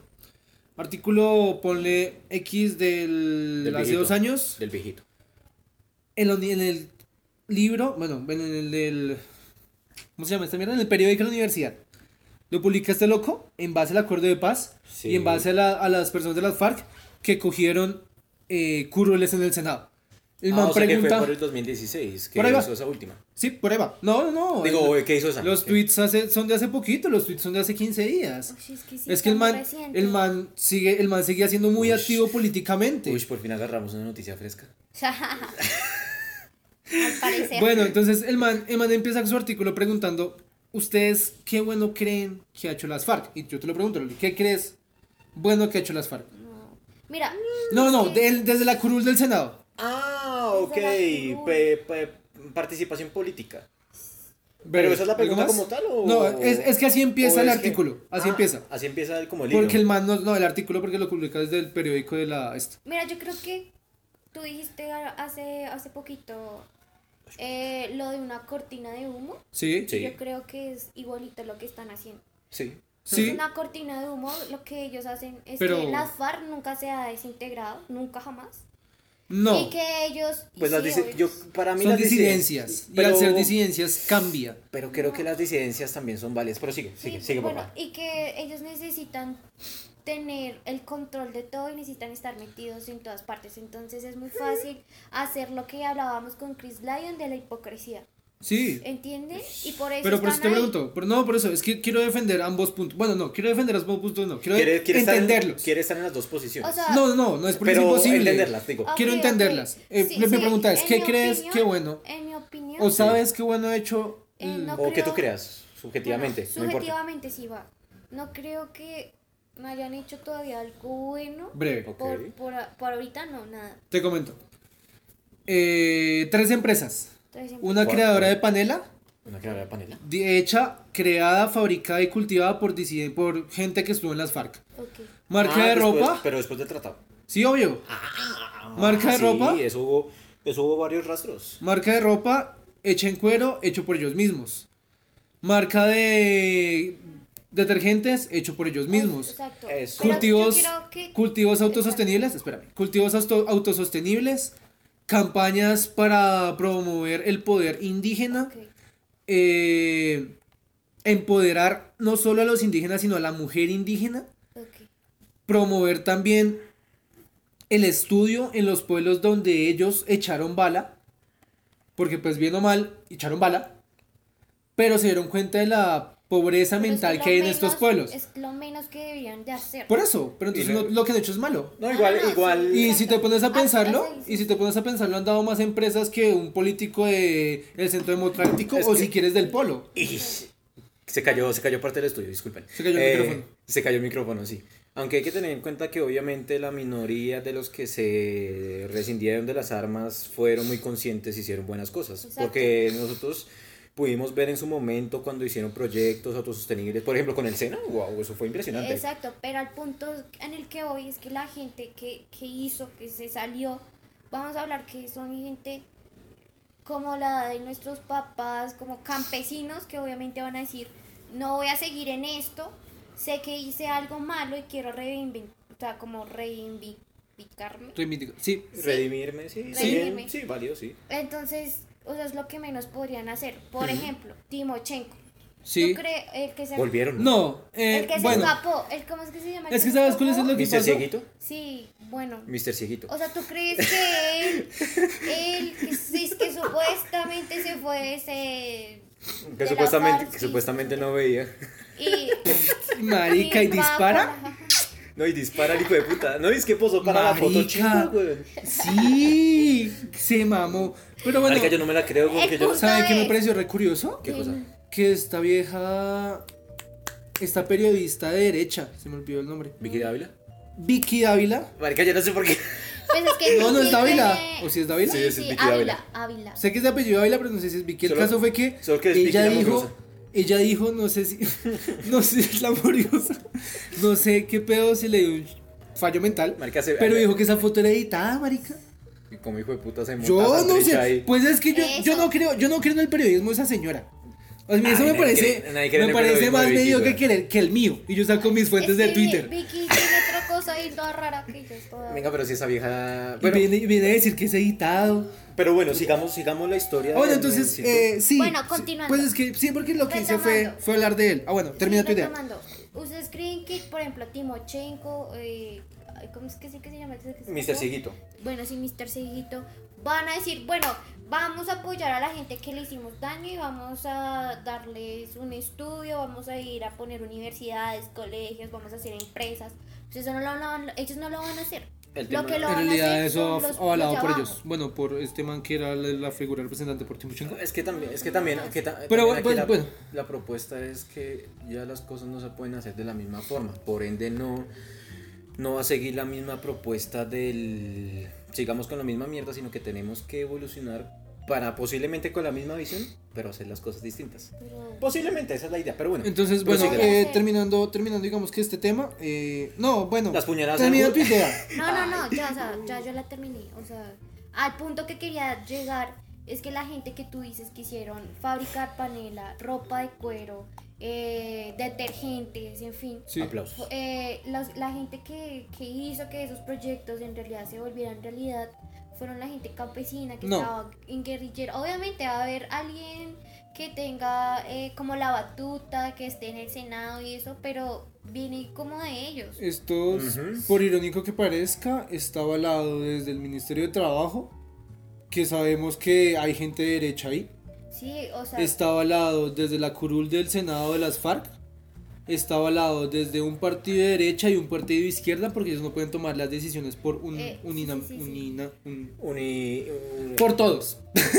Speaker 1: Artículo, ponle X del,
Speaker 2: Del
Speaker 1: hace
Speaker 2: viejito.
Speaker 1: dos años.
Speaker 2: Del viejito.
Speaker 1: En, la uni- en el libro, bueno, en el del. ¿Cómo se llama esta mierda? En el periódico de la universidad. Lo publica este loco en base al acuerdo de paz
Speaker 2: Sí.
Speaker 1: y en base a, la- a las personas de las FARC que cogieron eh, curules en el Senado. El
Speaker 2: Ah,
Speaker 1: man
Speaker 2: o sea que
Speaker 1: pregunta.
Speaker 2: fue por el 2016 que
Speaker 1: Por ahí va.
Speaker 2: hizo esa última.
Speaker 1: Sí, por ahí va. No, no, no.
Speaker 2: Digo, ¿qué hizo esa?
Speaker 1: los
Speaker 2: ¿Qué?
Speaker 1: tweets hace- son de hace poquito, los tweets son de hace 15 días.
Speaker 3: Uy, es que, sí
Speaker 1: Es que
Speaker 3: está
Speaker 1: el
Speaker 3: muy
Speaker 1: man,
Speaker 3: reciente.
Speaker 1: el man sigue, el man seguía siendo muy
Speaker 2: Ush.
Speaker 1: activo políticamente.
Speaker 2: Uy, por fin agarramos una noticia fresca.
Speaker 3: *laughs* Al parecer.
Speaker 1: Bueno, entonces el man, el man empieza su artículo preguntando, ¿ustedes qué bueno creen que ha hecho las FARC? Y yo te lo pregunto, Loli, ¿qué crees bueno que ha hecho las FARC?
Speaker 3: Mira,
Speaker 1: No, no, de- el- desde la curul del Senado.
Speaker 2: Ah,
Speaker 3: ok, Desde la
Speaker 2: participación política.
Speaker 1: Pero
Speaker 2: esa es la pregunta como tal, ¿o-
Speaker 1: No, es, es que así empieza
Speaker 2: ¿O
Speaker 1: el
Speaker 2: es que-
Speaker 1: artículo, así
Speaker 2: Ah,
Speaker 1: empieza.
Speaker 2: Así empieza el- como el
Speaker 1: Porque el
Speaker 2: hilo.
Speaker 1: man, no, no, el artículo porque lo publica desde el periódico de la... esta.
Speaker 3: mira, yo creo que tú dijiste a- hace, hace poquito eh, lo de una cortina de humo.
Speaker 1: ¿Sí?
Speaker 2: Sí.
Speaker 3: Yo creo que es igualito lo que están haciendo.
Speaker 2: Sí.
Speaker 1: Sí.
Speaker 3: Una cortina de humo, lo que ellos hacen es
Speaker 1: Pero-
Speaker 3: que las FARC nunca se ha desintegrado, nunca jamás.
Speaker 1: No.
Speaker 3: Y que ellos... y
Speaker 2: Pues las
Speaker 3: sí,
Speaker 2: disi-
Speaker 3: obvio.
Speaker 2: yo para mí
Speaker 1: Son
Speaker 2: las
Speaker 1: disidencias. Y al
Speaker 2: pero-
Speaker 1: ser disidencias cambia.
Speaker 2: Pero creo que las disidencias también son válidas. Pero sigue, sigue,
Speaker 3: Sí,
Speaker 2: sigue,
Speaker 3: bueno, eh,
Speaker 2: papá.
Speaker 3: y que ellos necesitan tener el control de todo y necesitan estar metidos en todas partes. Entonces es muy fácil hacer lo que hablábamos con Chris Lyon de la hipocresía.
Speaker 1: Sí.
Speaker 3: ¿Entienden? Y por eso
Speaker 1: Pero por eso
Speaker 3: Eh, están
Speaker 1: te
Speaker 3: ahí.
Speaker 1: pregunto, por- no, por eso, es que quiero defender ambos puntos. Bueno, no, quiero defender ambos puntos, no, quiero
Speaker 2: Quiere, quiere estar en-
Speaker 1: entenderlos.
Speaker 2: quiere estar en las dos posiciones.
Speaker 3: O sea,
Speaker 1: No, no, no es porque
Speaker 2: pero
Speaker 1: es imposible.
Speaker 2: entenderlas, digo.
Speaker 3: Ok,
Speaker 1: quiero
Speaker 3: ok.
Speaker 1: entenderlas. Eh,
Speaker 3: Sí,
Speaker 1: mi- mi
Speaker 3: sí,
Speaker 1: pregunta es,
Speaker 3: en
Speaker 1: ¿qué
Speaker 3: mi
Speaker 1: crees
Speaker 3: opinión-
Speaker 1: que bueno?
Speaker 3: En mi opinión,
Speaker 1: ¿O sabes qué bueno ha hecho?
Speaker 3: Eh, no
Speaker 1: Mm,
Speaker 2: o que tú
Speaker 3: creo-
Speaker 2: creas, subjetivamente.
Speaker 3: bueno,
Speaker 2: no importa.
Speaker 3: subjetivamente sí va. No creo que me hayan hecho todavía algo bueno.
Speaker 1: Breve,
Speaker 2: Ok.
Speaker 3: Por, por, por ahorita no, nada.
Speaker 1: te comento. Eh, tres empresas.
Speaker 3: Entonces, en-
Speaker 1: Una
Speaker 2: Cuatro.
Speaker 1: creadora de panela,
Speaker 2: Una clara panela.
Speaker 1: di- hecha, creada, fabricada y cultivada por, disiden- por gente que estuvo en las FARC.
Speaker 3: ok.
Speaker 1: Marca
Speaker 2: Ah,
Speaker 1: de
Speaker 2: después-
Speaker 1: ropa.
Speaker 2: Pero después del tratado. Ah,
Speaker 1: Sí, obvio. Marca de
Speaker 2: sí,
Speaker 1: ropa.
Speaker 2: Eso hubo, eso hubo varios rastros.
Speaker 1: Marca de ropa hecha en cuero, hecho por ellos mismos. Marca de detergentes, hecho por ellos mismos. eh,
Speaker 3: Exacto.
Speaker 2: Eso.
Speaker 3: Pero
Speaker 1: Cultivos,
Speaker 3: yo quiero que-
Speaker 1: cultivos autosostenibles, espérame, cultivos auto- autosostenibles, campañas para promover el poder indígena,
Speaker 3: Ok.
Speaker 1: eh, empoderar no solo a los indígenas, sino a la mujer indígena,
Speaker 3: ok.
Speaker 1: promover también el estudio en los pueblos donde ellos echaron bala, porque pues bien o mal, echaron bala, pero se dieron cuenta de la pobreza
Speaker 3: Pero es
Speaker 1: mental
Speaker 3: lo
Speaker 1: que hay en
Speaker 3: menos-
Speaker 1: estos pueblos.
Speaker 3: Es lo menos que deberían de hacer.
Speaker 1: Por eso, pero entonces
Speaker 2: Y
Speaker 1: no-
Speaker 2: re-
Speaker 1: lo que han hecho es malo.
Speaker 2: No, igual,
Speaker 3: Ah, no,
Speaker 2: igual.
Speaker 3: sí.
Speaker 1: Y si te pones a
Speaker 3: Ah,
Speaker 1: pensarlo,
Speaker 3: eso dice.
Speaker 1: y si te pones a pensarlo, han dado más empresas que un político de el centro democrático
Speaker 2: Es
Speaker 1: o
Speaker 2: que-
Speaker 1: si quieres del polo.
Speaker 2: Ish. Se cayó, se cayó parte del estudio, disculpen. Eh,
Speaker 1: Se cayó el micrófono.
Speaker 2: Se cayó el micrófono, sí. Aunque hay que tener en cuenta que obviamente la minoría de los que se rescindieron de las armas fueron muy conscientes y hicieron buenas cosas.
Speaker 3: Exacto.
Speaker 2: Porque nosotros pudimos ver en su momento cuando hicieron proyectos autosostenibles, por ejemplo con el Sena, wow, eso fue impresionante.
Speaker 3: Eh, Exacto, pero al punto en el que hoy es que la gente que, que hizo, que se salió, vamos a hablar que son gente como la de nuestros papás, como campesinos que obviamente van a decir, no voy a seguir en esto, sé que hice algo malo y quiero reivindicar, o sea, como reivindicarme.
Speaker 1: Reivindico. Sí,
Speaker 2: Redimirme, sí,
Speaker 3: Sí.
Speaker 2: bien,
Speaker 3: Redimirme.
Speaker 2: sí, válido, sí.
Speaker 3: Entonces, o sea, es lo que menos podrían hacer. Por ejemplo, Timochenko.
Speaker 1: sí.
Speaker 3: ¿Tú crees el que se
Speaker 2: Volvieron.
Speaker 1: No, eh,
Speaker 3: El que se
Speaker 1: bueno,
Speaker 3: escapó, el, ¿cómo es que se llama? el
Speaker 1: Es que
Speaker 3: se
Speaker 1: ¿sabes cuál es
Speaker 3: escapó?
Speaker 1: lo que-
Speaker 2: Mister
Speaker 1: pasó?
Speaker 2: Cieguito,
Speaker 3: Sí, bueno.
Speaker 2: Mister Cieguito.
Speaker 3: O sea, ¿tú crees que él, él que, sí, es que supuestamente se fue ese...
Speaker 2: Que
Speaker 3: de la
Speaker 2: supuestamente,
Speaker 3: FARC,
Speaker 2: que
Speaker 3: sí.
Speaker 2: supuestamente no veía.
Speaker 3: Y,
Speaker 1: *laughs* marica y
Speaker 3: va
Speaker 1: dispara.
Speaker 2: No, y dispara el hijo de puta. No, es que posó para la foto
Speaker 1: Marica.
Speaker 2: chica, güey.
Speaker 1: Sí, se mamó. Pero bueno,
Speaker 2: Marica, yo no me la creo porque
Speaker 3: Es
Speaker 2: yo.
Speaker 3: justo.
Speaker 1: ¿saben qué me
Speaker 3: es.
Speaker 1: pareció re curioso?
Speaker 2: ¿Qué cosa?
Speaker 1: que esta vieja, esta periodista de derecha, se me olvidó el nombre,
Speaker 2: Vicky Dávila.
Speaker 1: Vicky Dávila,
Speaker 4: Marica, yo no sé por qué.
Speaker 3: Pues es que
Speaker 1: No, no es
Speaker 3: sí
Speaker 1: Dávila.
Speaker 3: tiene-
Speaker 1: ¿O sí es Dávila?
Speaker 3: Sí,
Speaker 2: Sí, es
Speaker 3: sí,
Speaker 2: Vicky
Speaker 3: Ávila. Ávila.
Speaker 1: sé que es de apellido Dávila, pero no sé si es Vicky, el
Speaker 2: Solo-
Speaker 1: caso fue que,
Speaker 2: solo que es Vicky
Speaker 1: ella
Speaker 2: la
Speaker 1: dijo,
Speaker 2: Laboriosa.
Speaker 1: ella dijo, no sé si, *laughs* no sé, es la laboriosa, no sé qué pedo, si le dio un fallo mental,
Speaker 2: Marica se-
Speaker 1: pero dijo que esa foto era editada, marica.
Speaker 2: Y como hijo de puta se monta
Speaker 1: Yo
Speaker 2: esa
Speaker 1: no
Speaker 2: trecha
Speaker 1: sé.
Speaker 2: ahí.
Speaker 1: Pues es que yo, yo
Speaker 3: Eso.
Speaker 1: no creo, yo no creo en el periodismo de esa señora. O sea, a mí
Speaker 2: Ay,
Speaker 1: eso me
Speaker 2: nadie
Speaker 1: parece,
Speaker 2: cree- nadie cree
Speaker 1: me
Speaker 2: en el
Speaker 1: parece
Speaker 2: periodismo
Speaker 1: más
Speaker 2: de Vicky,
Speaker 1: medio que,
Speaker 2: güey.
Speaker 1: el, que el mío. Y yo saco mis fuentes
Speaker 3: Es
Speaker 1: de
Speaker 3: que
Speaker 1: Twitter.
Speaker 3: Vicky tiene otra cosa ahí toda rara que yo estoy.
Speaker 2: Venga, pero si esa vieja.
Speaker 1: Y
Speaker 2: Bueno,
Speaker 1: viene, y viene a decir que es editado.
Speaker 2: pero bueno, sigamos, sigamos la historia.
Speaker 1: Ah, bueno,
Speaker 2: del
Speaker 1: entonces,
Speaker 2: Mencito.
Speaker 1: eh, sí.
Speaker 3: Bueno,
Speaker 1: sí,
Speaker 3: continuando.
Speaker 1: Pues es que sí, porque lo que hice fue,
Speaker 3: Retomando.
Speaker 1: fue hablar de él. Ah, bueno, termina
Speaker 3: Sí, pues
Speaker 1: tu idea.
Speaker 3: retomando, ¿Ustedes creen que, por ejemplo, Timochenko, eh, ay, ¿cómo es que sí que se llama? ese que se
Speaker 4: Mr.
Speaker 3: mató?
Speaker 4: Siguito.
Speaker 3: Bueno, sí, Mr. Seguito. Van a decir, bueno, vamos a apoyar a la gente que le hicimos daño y vamos a darles un estudio, vamos a ir a poner universidades, colegios, vamos a hacer empresas. Pues eso no lo, van a- ellos no lo van a hacer.
Speaker 2: El
Speaker 3: lo
Speaker 2: tema-
Speaker 3: que lo
Speaker 1: En
Speaker 3: van a
Speaker 1: realidad
Speaker 3: hacer
Speaker 1: eso
Speaker 3: son los-
Speaker 1: avalado
Speaker 3: los de
Speaker 1: por
Speaker 3: abajo.
Speaker 1: ellos. Bueno, por este man que era la, la figura representante por Timochenko.
Speaker 2: Es que también, es que también, que ta-
Speaker 1: Pero
Speaker 2: también
Speaker 1: bueno,
Speaker 2: aquí
Speaker 1: pues,
Speaker 2: la,
Speaker 1: bueno.
Speaker 2: la propuesta es que ya las cosas no se pueden hacer de la misma forma, por ende no, no va a seguir la misma propuesta del, sigamos con la misma mierda, sino que tenemos que evolucionar para posiblemente con la misma visión, pero hacer las cosas distintas.
Speaker 3: Pero-
Speaker 2: Posiblemente, esa es la idea, pero bueno.
Speaker 1: Entonces,
Speaker 2: Pero
Speaker 1: bueno,
Speaker 2: sí,
Speaker 1: eh,
Speaker 3: gracias.
Speaker 1: terminando, terminando, digamos que este tema. eh, no, bueno.
Speaker 2: Las puñaladas
Speaker 1: Termina
Speaker 2: al-
Speaker 1: tu
Speaker 2: *laughs*
Speaker 1: idea.
Speaker 3: No, no, no, ya, o sea, ya yo la terminé. O sea, al punto que quería llegar es que la gente que tú dices que hicieron fabricar panela, ropa de cuero, eh, detergentes, en fin.
Speaker 1: Sí.
Speaker 2: Aplausos.
Speaker 3: Eh, los- la gente que, que hizo que esos proyectos en realidad se volvieran realidad fueron la gente campesina que
Speaker 1: No.
Speaker 3: estaba en guerrillero. Obviamente va a haber alguien que tenga eh, como la batuta, que esté en el Senado y eso, pero viene como de ellos.
Speaker 1: Estos,
Speaker 2: Ujú.
Speaker 1: por irónico que parezca, está avalado desde el Ministerio de Trabajo, que sabemos que hay gente de derecha ahí.
Speaker 3: Sí, o sea,
Speaker 1: Está avalado desde la curul del Senado de las FARC. Está avalado desde un partido de derecha y un partido de izquierda, porque ellos no pueden tomar las decisiones por un,
Speaker 3: Eh,
Speaker 1: unina-
Speaker 3: sí, sí, sí.
Speaker 1: unina- un-
Speaker 2: Uni- un-
Speaker 1: por todos.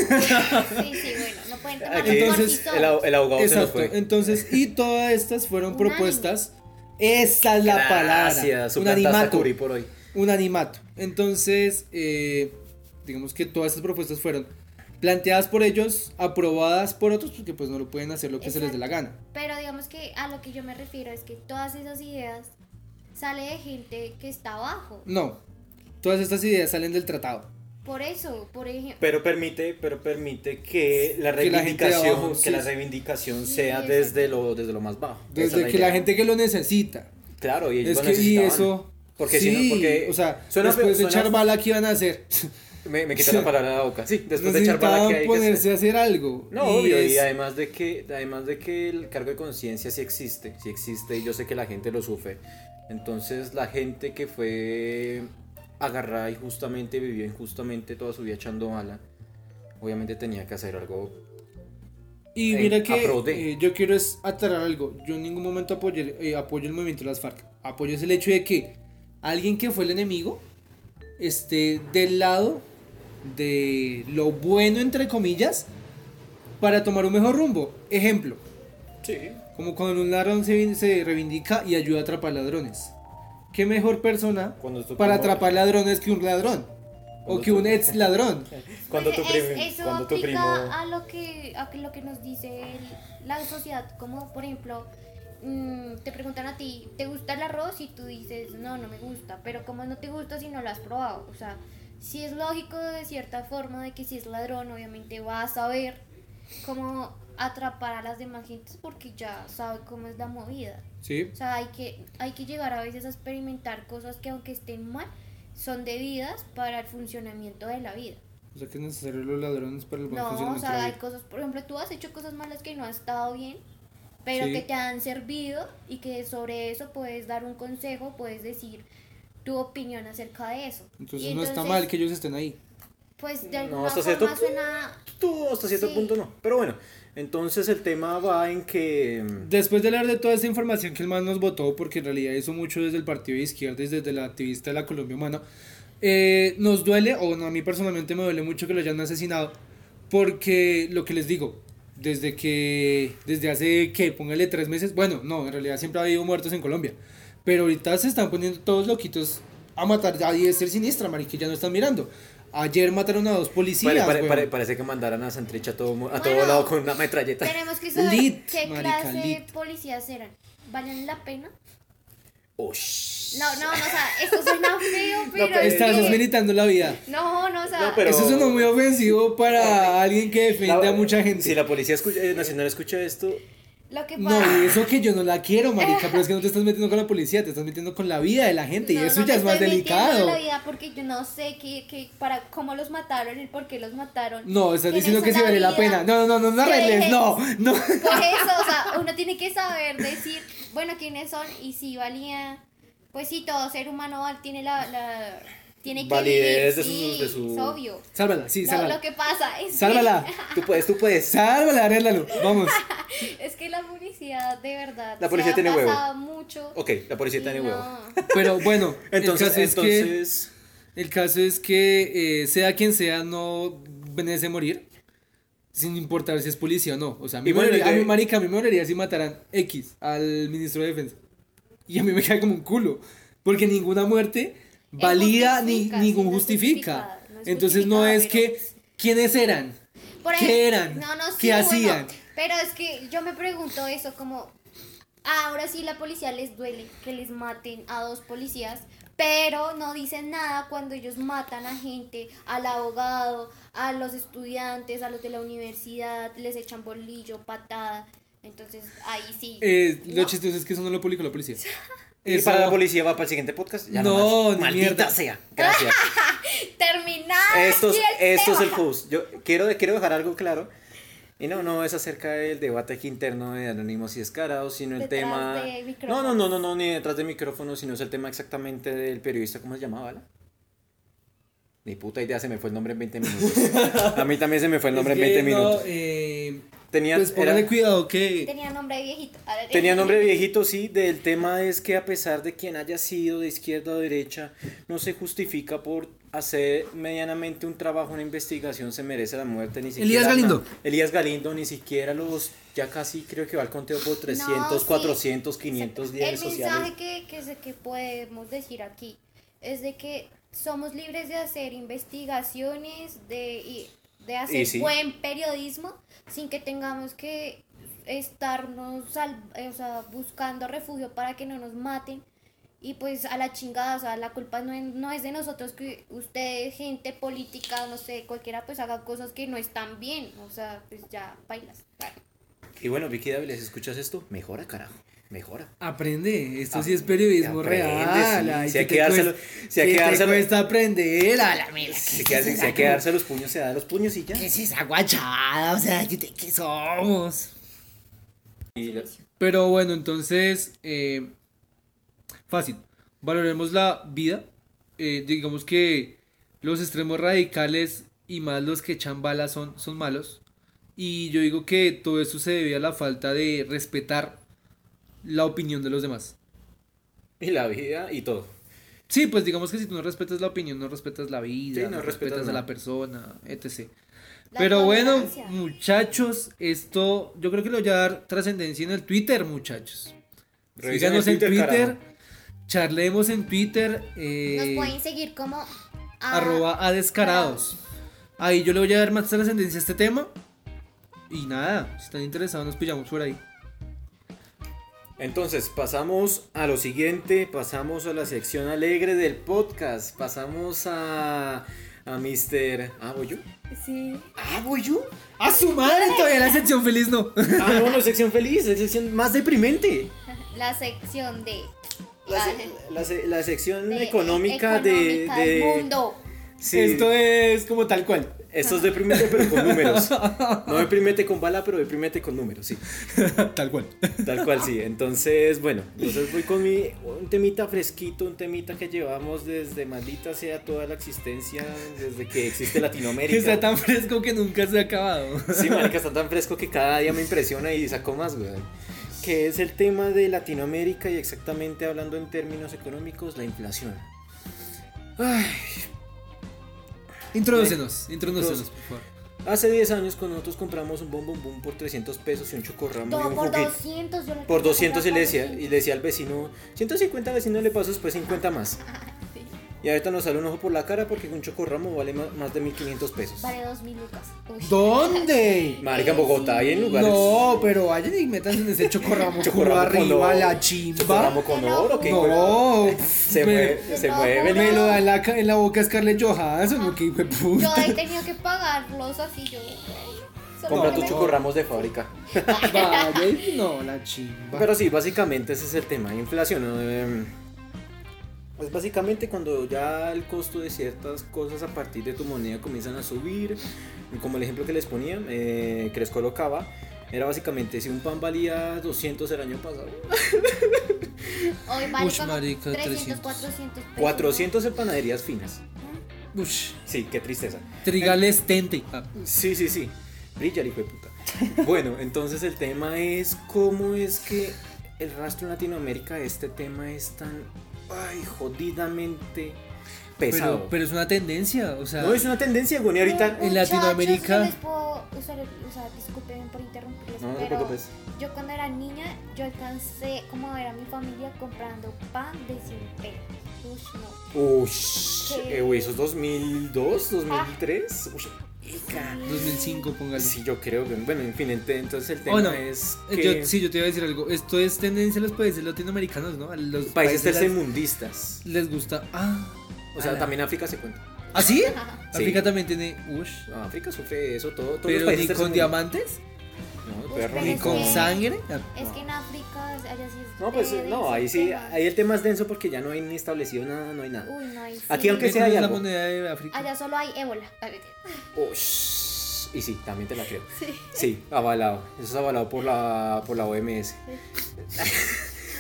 Speaker 3: sí, sí, bueno, no pueden tomar
Speaker 2: Aquí,
Speaker 1: Entonces,
Speaker 3: por sí solos.
Speaker 2: Ah, el, ab- el abogado se nos
Speaker 1: Exacto.
Speaker 2: fue.
Speaker 1: Entonces, y todas estas fueron
Speaker 3: Unánime.
Speaker 1: propuestas. Esa es la palabra.
Speaker 2: Gracias,
Speaker 1: Un
Speaker 2: suplantaste a
Speaker 1: animato.
Speaker 2: Curí por hoy.
Speaker 1: Un animato. Entonces, eh, digamos que todas estas propuestas fueron planteadas por ellos, aprobadas por otros, porque pues no lo pueden hacer lo que se les dé la gana.
Speaker 3: Pero digamos que a lo que yo me refiero es que todas esas ideas sale de gente que está abajo.
Speaker 1: No. Todas estas ideas salen del tratado.
Speaker 3: Por eso, por ejemplo,
Speaker 2: Pero permite, pero permite que la
Speaker 1: Que la gente de
Speaker 2: reivindicación, que la,
Speaker 1: abajo, sí.
Speaker 2: reivindicación
Speaker 3: Sí,
Speaker 2: sea
Speaker 3: exacto.
Speaker 2: desde lo, desde lo más bajo. Esa
Speaker 1: Desde
Speaker 2: es
Speaker 1: que la
Speaker 2: idea.
Speaker 1: gente que lo necesita.
Speaker 2: Claro, y ellos
Speaker 1: Es
Speaker 2: lo
Speaker 1: que y
Speaker 2: necesitaban.
Speaker 1: eso.
Speaker 2: Porque
Speaker 1: sí,
Speaker 2: si no, porque
Speaker 1: o sea,
Speaker 2: suena feo,
Speaker 1: después de
Speaker 2: suena-
Speaker 1: echar bala, ¿qué iban a hacer?
Speaker 2: Me, me
Speaker 1: *laughs*
Speaker 2: quité la palabra de la boca. Sí, después de echar
Speaker 1: Necesitaban
Speaker 2: bala que hay que
Speaker 1: ponerse
Speaker 2: hacer.
Speaker 1: a hacer algo.
Speaker 2: No, obvio,
Speaker 1: es-
Speaker 2: y además de que además de que el cargo de conciencia sí existe, sí existe y yo sé que la gente lo sufre. Entonces, la gente que fue agarrada injustamente, vivió injustamente toda su vida echando bala, obviamente tenía que hacer algo
Speaker 1: Y
Speaker 2: en-
Speaker 1: mira que
Speaker 2: a pro de.
Speaker 1: eh, yo quiero es aclarar algo. Yo en ningún momento apoyé, eh, apoyo el movimiento de las FARC. Apoyo es el hecho de que alguien que fue el enemigo esté del lado de lo bueno, entre comillas, para tomar un mejor rumbo. Ejemplo,
Speaker 2: Sí.
Speaker 1: como cuando un ladrón se, vin- se reivindica y ayuda a atrapar ladrones. ¿Qué mejor persona
Speaker 2: Cuando tú
Speaker 1: para
Speaker 2: como-
Speaker 1: atrapar ladrones que un ladrón? O
Speaker 2: Cuando
Speaker 1: que
Speaker 2: tú-
Speaker 1: un ex
Speaker 2: *laughs*
Speaker 1: ladrón.
Speaker 2: Cuando
Speaker 3: pues,
Speaker 2: tu
Speaker 3: es-
Speaker 2: primo,
Speaker 3: eso
Speaker 2: cuando tu
Speaker 3: aplica
Speaker 2: primo,
Speaker 3: a lo que a que lo que nos dice el- la sociedad, como por ejemplo, mm, te preguntan a ti, ¿te gusta el arroz? Y tú dices, "No, no me gusta", pero como no te gusta si no lo has probado, o sea, si es lógico de cierta forma de que si es ladrón, obviamente va a saber cómo atrapar a las demás gentes porque ya sabe cómo es la movida.
Speaker 1: ¿Sí?
Speaker 3: O sea, hay que, hay que llegar a veces a experimentar cosas que aunque estén mal, son debidas para el funcionamiento de la vida.
Speaker 1: O sea que es necesario los ladrones para el buen
Speaker 3: No, o
Speaker 1: funcionamiento de la
Speaker 3: sea, hay
Speaker 1: vida.
Speaker 3: cosas, por ejemplo, tú has hecho cosas malas que no has estado bien, pero
Speaker 1: Sí.
Speaker 3: que te han servido y que sobre eso puedes dar un consejo, puedes decir tu opinión acerca de eso.
Speaker 1: Entonces
Speaker 3: Y
Speaker 1: no está mal que ellos estén ahí.
Speaker 3: Pues de
Speaker 2: No,
Speaker 3: alguna
Speaker 2: hasta cierto
Speaker 3: forma suena...
Speaker 2: tú hasta cierto
Speaker 3: Sí.
Speaker 2: punto no. Pero bueno, entonces el tema va en que mm,
Speaker 1: Después de hablar de toda esta información que el man nos votó, porque en realidad hizo mucho desde el partido de izquierda y desde la activista de la Colombia Humana, eh, nos duele, o no, a mí personalmente me duele mucho que lo hayan asesinado, porque lo que les digo, desde que, desde hace que, póngale tres meses, bueno, no, en realidad siempre ha habido muertos en Colombia, pero ahorita se están poniendo todos loquitos a matar a diestra y siniestra, marica, ya no están mirando. Ayer mataron a dos policías,
Speaker 2: Pare- pare-
Speaker 1: weón.
Speaker 2: pare- parece que mandaran a Santrich a todo, mo- a todo
Speaker 3: Bueno.
Speaker 2: lado con una metralleta.
Speaker 3: Tenemos
Speaker 1: *laughs*
Speaker 3: que saber
Speaker 1: Lit,
Speaker 3: qué
Speaker 1: marica,
Speaker 3: clase
Speaker 1: lit.
Speaker 3: de policías eran. ¿Valen la
Speaker 1: *laughs*
Speaker 3: pena?
Speaker 2: Oh, sh-
Speaker 3: No, no, no, o sea, esto suena feo, pero.
Speaker 2: pero-
Speaker 3: es
Speaker 1: Estás
Speaker 3: que-
Speaker 1: desmeritando la vida.
Speaker 3: No, no, o sea.
Speaker 2: No, pero-
Speaker 1: Eso es muy ofensivo para alguien que defiende
Speaker 2: La-
Speaker 1: a mucha gente.
Speaker 2: Si la Policía escucha- eh, Nacional escucha esto,
Speaker 3: Lo que
Speaker 1: No,
Speaker 3: pasa.
Speaker 1: y eso que yo no la quiero, marica, pero es que no te estás metiendo con la policía, te estás metiendo con la vida de la gente y
Speaker 3: No,
Speaker 1: eso
Speaker 3: no
Speaker 1: ya
Speaker 3: me
Speaker 1: es más
Speaker 3: estoy metiendo en
Speaker 1: delicado.
Speaker 3: La vida porque yo no sé qué, qué, para cómo los mataron, el por qué los mataron.
Speaker 1: No, estás
Speaker 3: En
Speaker 1: diciendo
Speaker 3: eso
Speaker 1: que sí vale la
Speaker 3: vida-
Speaker 1: pena. No, no, no, no, no
Speaker 3: Sí.
Speaker 1: arregles, no, no.
Speaker 3: *laughs* Por eso, o sea, uno tiene que saber decir, bueno, quiénes son y si valía. Pues sí, todo ser humano val- tiene la. la- tiene que
Speaker 2: Validez de
Speaker 3: vivir,
Speaker 2: su-
Speaker 3: sí,
Speaker 2: de su-
Speaker 3: es obvio.
Speaker 1: Sálvala, sí,
Speaker 3: No,
Speaker 1: sálvala.
Speaker 3: lo que pasa es que-
Speaker 1: Sálvala,
Speaker 2: tú puedes, tú
Speaker 1: *laughs*
Speaker 2: puedes.
Speaker 1: sálvala, arréglalo,
Speaker 3: *laughs*
Speaker 1: vamos.
Speaker 3: es que la publicidad de verdad
Speaker 2: La policía
Speaker 3: se ha
Speaker 2: tiene huevo.
Speaker 3: pasado mucho.
Speaker 2: Ok, la Policía tiene
Speaker 3: No.
Speaker 2: huevo.
Speaker 1: Pero bueno, el
Speaker 2: Entonces,
Speaker 1: caso es
Speaker 2: entonces.
Speaker 1: que, el caso es que eh, sea quien sea, no merece morir. Sin importar si es policía o no. O sea, a mí,
Speaker 2: Y
Speaker 1: me
Speaker 2: bueno, eh,
Speaker 1: dolería-
Speaker 2: y de-
Speaker 1: a mí, marica, a mí me dolería si mataran X al ministro de defensa. Y a mí me *laughs* cae como un culo. Porque ninguna muerte
Speaker 3: Es
Speaker 1: valía ni
Speaker 3: justifica,
Speaker 1: ningún
Speaker 3: sí, no es
Speaker 1: justifica.
Speaker 3: justificada, no es pues
Speaker 1: Entonces no es
Speaker 3: justificada,
Speaker 1: que. ¿Quiénes eran?
Speaker 3: Por
Speaker 1: ¿Qué
Speaker 3: ej-
Speaker 1: eran?
Speaker 3: No, no, sí,
Speaker 1: ¿Qué
Speaker 3: bueno,
Speaker 1: hacían?
Speaker 3: pero es que yo me pregunto eso, como ahora sí la policía les duele que les maten a dos policías, pero no dicen nada cuando ellos matan a gente, al abogado, a los estudiantes, a los de la universidad, les echan bolillo, patada. Entonces ahí sí.
Speaker 1: Eh, Lo
Speaker 3: no.
Speaker 1: chistoso es que eso no lo publicó la
Speaker 3: *laughs*
Speaker 1: policía.
Speaker 2: Y
Speaker 1: Eso-
Speaker 2: para la policía va para el siguiente podcast. Ya
Speaker 1: No,
Speaker 2: nomás.
Speaker 1: ni
Speaker 2: maldita
Speaker 1: mierda.
Speaker 2: sea. Gracias.
Speaker 3: Terminar.
Speaker 2: esto es,
Speaker 3: aquí el
Speaker 2: esto es el
Speaker 3: tema.
Speaker 2: post. Yo quiero, quiero dejar algo claro. Y no, no es acerca del debate aquí interno de anónimos y descarados, sino el
Speaker 3: Detrás
Speaker 2: tema.
Speaker 3: de
Speaker 2: no,
Speaker 3: micrófonos.
Speaker 2: no, no, no, no, ni detrás de micrófono, sino es el tema exactamente del periodista, ¿cómo se llamaba? ¿vale? Ni puta idea, se me fue el nombre en
Speaker 1: *laughs*
Speaker 2: 20 minutos. A mí también se me fue
Speaker 1: Es
Speaker 2: el nombre en
Speaker 1: que
Speaker 2: 20
Speaker 1: no,
Speaker 2: minutos.
Speaker 1: eh,
Speaker 2: Tenía,
Speaker 1: pues
Speaker 2: era-
Speaker 1: póngale cuidado que.
Speaker 3: Tenía nombre de viejito. A ver.
Speaker 2: Tenía nombre de viejito, sí. Del tema es que a pesar de quien haya sido de izquierda o derecha, no se justifica por hacer medianamente un trabajo, una investigación, se merece la muerte ni siquiera.
Speaker 1: Elías Galindo.
Speaker 2: na- Elías Galindo, ni siquiera los, ya casi creo que va al conteo por 300,
Speaker 3: sí.
Speaker 2: 400, 500
Speaker 3: El
Speaker 2: días sociales.
Speaker 3: mensaje que, que, se- que podemos decir aquí es de que somos libres de hacer investigaciones, de, y- de hacer
Speaker 2: sí.
Speaker 3: buen periodismo, sin que tengamos que estarnos sal- eh, o sea, buscando refugio para que no nos maten. Y pues a la chingada, o sea, la culpa no es, no es de nosotros que ustedes, gente política, no sé, cualquiera, pues haga cosas que no están bien. O sea, pues ya, bailas.
Speaker 2: Y bueno, Vicky Dávila, si escuchas esto, mejora, carajo. Mejora.
Speaker 1: Aprende, esto
Speaker 2: Ah,
Speaker 1: sí es periodismo
Speaker 2: aprende,
Speaker 1: real.
Speaker 2: sí.
Speaker 1: ay,
Speaker 2: Si hay
Speaker 1: ¿qué
Speaker 2: que
Speaker 1: te
Speaker 2: dárselo-
Speaker 1: cuesta-
Speaker 2: si hay
Speaker 1: qué
Speaker 2: que
Speaker 1: te
Speaker 2: dárselo-
Speaker 1: cuesta aprender a la mierda.
Speaker 2: Si hay que darse- si hay que darse los puños, se da los puños y ya.
Speaker 1: ¿Qué es esa guachada? O sea, ¿qué, te- qué somos?
Speaker 2: Y la-
Speaker 1: Pero bueno, entonces, eh, fácil. Valoremos la vida. Eh, digamos que los extremos radicales y más los que echan balas son, son malos. Y yo digo que todo eso se debe a la falta de respetar la opinión de los demás.
Speaker 2: y la vida y todo.
Speaker 1: Sí, pues digamos que si tú no respetas la opinión, no respetas la vida,
Speaker 2: Sí,
Speaker 1: no,
Speaker 2: no respetas
Speaker 1: respetas a
Speaker 2: nada.
Speaker 1: la persona, etc.
Speaker 3: La
Speaker 1: Pero bueno,
Speaker 3: tolerancia.
Speaker 1: muchachos, esto yo creo que lo voy a dar trascendencia en el Twitter, muchachos.
Speaker 2: Revisen
Speaker 1: Síganos
Speaker 2: el
Speaker 1: en Twitter,
Speaker 2: carajo.
Speaker 1: charlemos en Twitter,
Speaker 3: Nos
Speaker 1: eh,
Speaker 3: pueden seguir como a-
Speaker 1: arroba a descarados. Ahí yo le voy a dar más trascendencia a este tema. Y nada, si están interesados nos pillamos por ahí.
Speaker 2: Entonces, pasamos a lo siguiente, pasamos a la sección alegre del podcast, pasamos a, a Mr... ¿Ah, voy yo?
Speaker 3: Sí.
Speaker 2: ¿Ah, voy yo?
Speaker 1: ¡A su madre! Todavía la sección feliz no.
Speaker 2: Ah, no, no, sección feliz, es sección más deprimente.
Speaker 3: La sección de.
Speaker 2: La, se- la se- la sección
Speaker 3: de-
Speaker 2: económica, de...
Speaker 3: económica
Speaker 2: de-
Speaker 3: del mundo.
Speaker 2: sí,
Speaker 1: Esto
Speaker 2: esto es...
Speaker 1: es como tal cual.
Speaker 2: deprimente pero con números. No deprimente con bala, pero deprimente con números, sí.
Speaker 1: tal cual.
Speaker 2: *laughs* Tal cual, sí. Entonces, bueno, entonces voy con mi un temita fresquito, un temita que llevamos desde maldita sea toda la existencia, desde que existe Latinoamérica.
Speaker 1: Que está tan fresco que nunca se ha acabado.
Speaker 2: Sí, marica, está tan fresco que cada día me impresiona y saco más, güey. Que es el tema de Latinoamérica y exactamente hablando en términos económicos, la inflación.
Speaker 1: Introdúcenos, introdúcenos, por favor.
Speaker 2: Hace 10 años con nosotros compramos un boom boom boom por 300 pesos y un chocorramo y
Speaker 3: Todo
Speaker 2: un
Speaker 3: por
Speaker 2: juguito.
Speaker 3: 200, yo lo
Speaker 2: Por
Speaker 3: alcancé a
Speaker 2: 200 y le
Speaker 3: comprar
Speaker 2: decía, y le decía al vecino, 150 al vecino le pasó después 50 más.
Speaker 3: Ah, Sí.
Speaker 2: Y ahorita nos sale un ojo por la cara porque un chocorramo vale ma- más de 1500 pesos.
Speaker 3: Vale 2000 lucas. Uy. *laughs*
Speaker 1: ¿Dónde?
Speaker 2: Marica, en Bogotá hay en lugares.
Speaker 1: No, pero vayan y métanse en ese chocorramo culo
Speaker 2: *laughs* Chocorramo con
Speaker 1: arriba,
Speaker 2: oro.
Speaker 1: la chimba.
Speaker 2: Chocorramo con oro, que
Speaker 1: No, *laughs*
Speaker 2: se
Speaker 1: me-
Speaker 2: mueve, se
Speaker 3: No,
Speaker 2: mueve.
Speaker 1: Me lo da en la, ca- en la boca Scarlett Johansson, ¿o qué hijo de
Speaker 3: Yo
Speaker 1: puta?
Speaker 3: he tenido que pagarlos así yo. bueno, solo
Speaker 2: Compra
Speaker 3: que
Speaker 2: tus
Speaker 3: me-
Speaker 2: chocorramos de fábrica.
Speaker 1: *laughs* Vaya, y- no, la chimba.
Speaker 2: Pero sí, básicamente ese es el tema. Inflación. eh, pues básicamente cuando ya el costo de ciertas cosas a partir de tu moneda comienzan a subir. y Como el ejemplo que les ponía, eh, que les colocaba, era básicamente si un pan valía 200 el año pasado.
Speaker 3: Hoy vale
Speaker 1: Ush,
Speaker 3: como
Speaker 1: marica,
Speaker 3: 300,
Speaker 1: 300.
Speaker 3: 400 pesos.
Speaker 2: 400 en panaderías finas.
Speaker 1: Ush, ah,
Speaker 2: Sí, qué tristeza.
Speaker 1: trigales tente.
Speaker 2: Sí, sí, sí. Brilla, el hijo de puta. Bueno, entonces el tema es cómo es que el rastro en Latinoamérica de este tema es tan ay, jodidamente pesado.
Speaker 1: Pero, pero es una tendencia, o sea.
Speaker 2: no es una tendencia, güey, y ahorita.
Speaker 1: En
Speaker 3: Muchachos,
Speaker 1: Latinoamérica-
Speaker 3: yo les puedo usar el- o sea, disculpen por interrumpirles,
Speaker 2: No, no te
Speaker 3: pero
Speaker 2: preocupes.
Speaker 3: yo cuando era niña, yo alcancé como a ver a mi familia comprando pan de 100 pesos. Ush, no.
Speaker 2: Uy,
Speaker 3: ¿Qué? Ah.
Speaker 2: eh, güey, eso es 2002, 2003. Uy,
Speaker 3: Sí.
Speaker 1: 2005, póngale.
Speaker 2: sí, yo creo que. Bueno, en fin, ent- entonces el tema
Speaker 1: Oh, no.
Speaker 2: es.
Speaker 1: Eh,
Speaker 2: Que
Speaker 1: Yo, sí, yo te iba a decir algo. Esto es tendencia a los países latinoamericanos, ¿no? A los
Speaker 2: Países
Speaker 1: las-
Speaker 2: tercermundistas.
Speaker 1: Les gusta. Ah.
Speaker 2: O sea,
Speaker 1: ala.
Speaker 2: también África se cuenta.
Speaker 1: ¿Ah, sí?
Speaker 3: Ajá.
Speaker 2: Sí.
Speaker 1: África también tiene. Ush.
Speaker 2: No, África sufre eso todo. Todos los
Speaker 1: Pero ni
Speaker 2: países
Speaker 1: con
Speaker 2: tercermundistas.
Speaker 1: diamantes,
Speaker 2: No,
Speaker 3: Uy,
Speaker 2: perro,
Speaker 3: pero
Speaker 1: ni
Speaker 3: es
Speaker 1: con
Speaker 3: que-
Speaker 1: sangre.
Speaker 3: *laughs* Es que en África, allá sí es eh,
Speaker 2: No, pues
Speaker 3: re denso
Speaker 2: no, ahí
Speaker 3: el
Speaker 2: sí,
Speaker 3: tema.
Speaker 2: ahí el tema es denso porque ya no hay ni establecido nada, no hay nada.
Speaker 3: Uy, no, ahí sí.
Speaker 2: Aquí aunque
Speaker 1: ¿Qué
Speaker 2: sea hay
Speaker 1: es la
Speaker 2: algo.
Speaker 1: moneda de África?
Speaker 3: Allá solo hay ébola.
Speaker 2: Oh, shh, y sí, también te la creo. Sí. avalado. Eso es avalado por la, por la OMS. *laughs*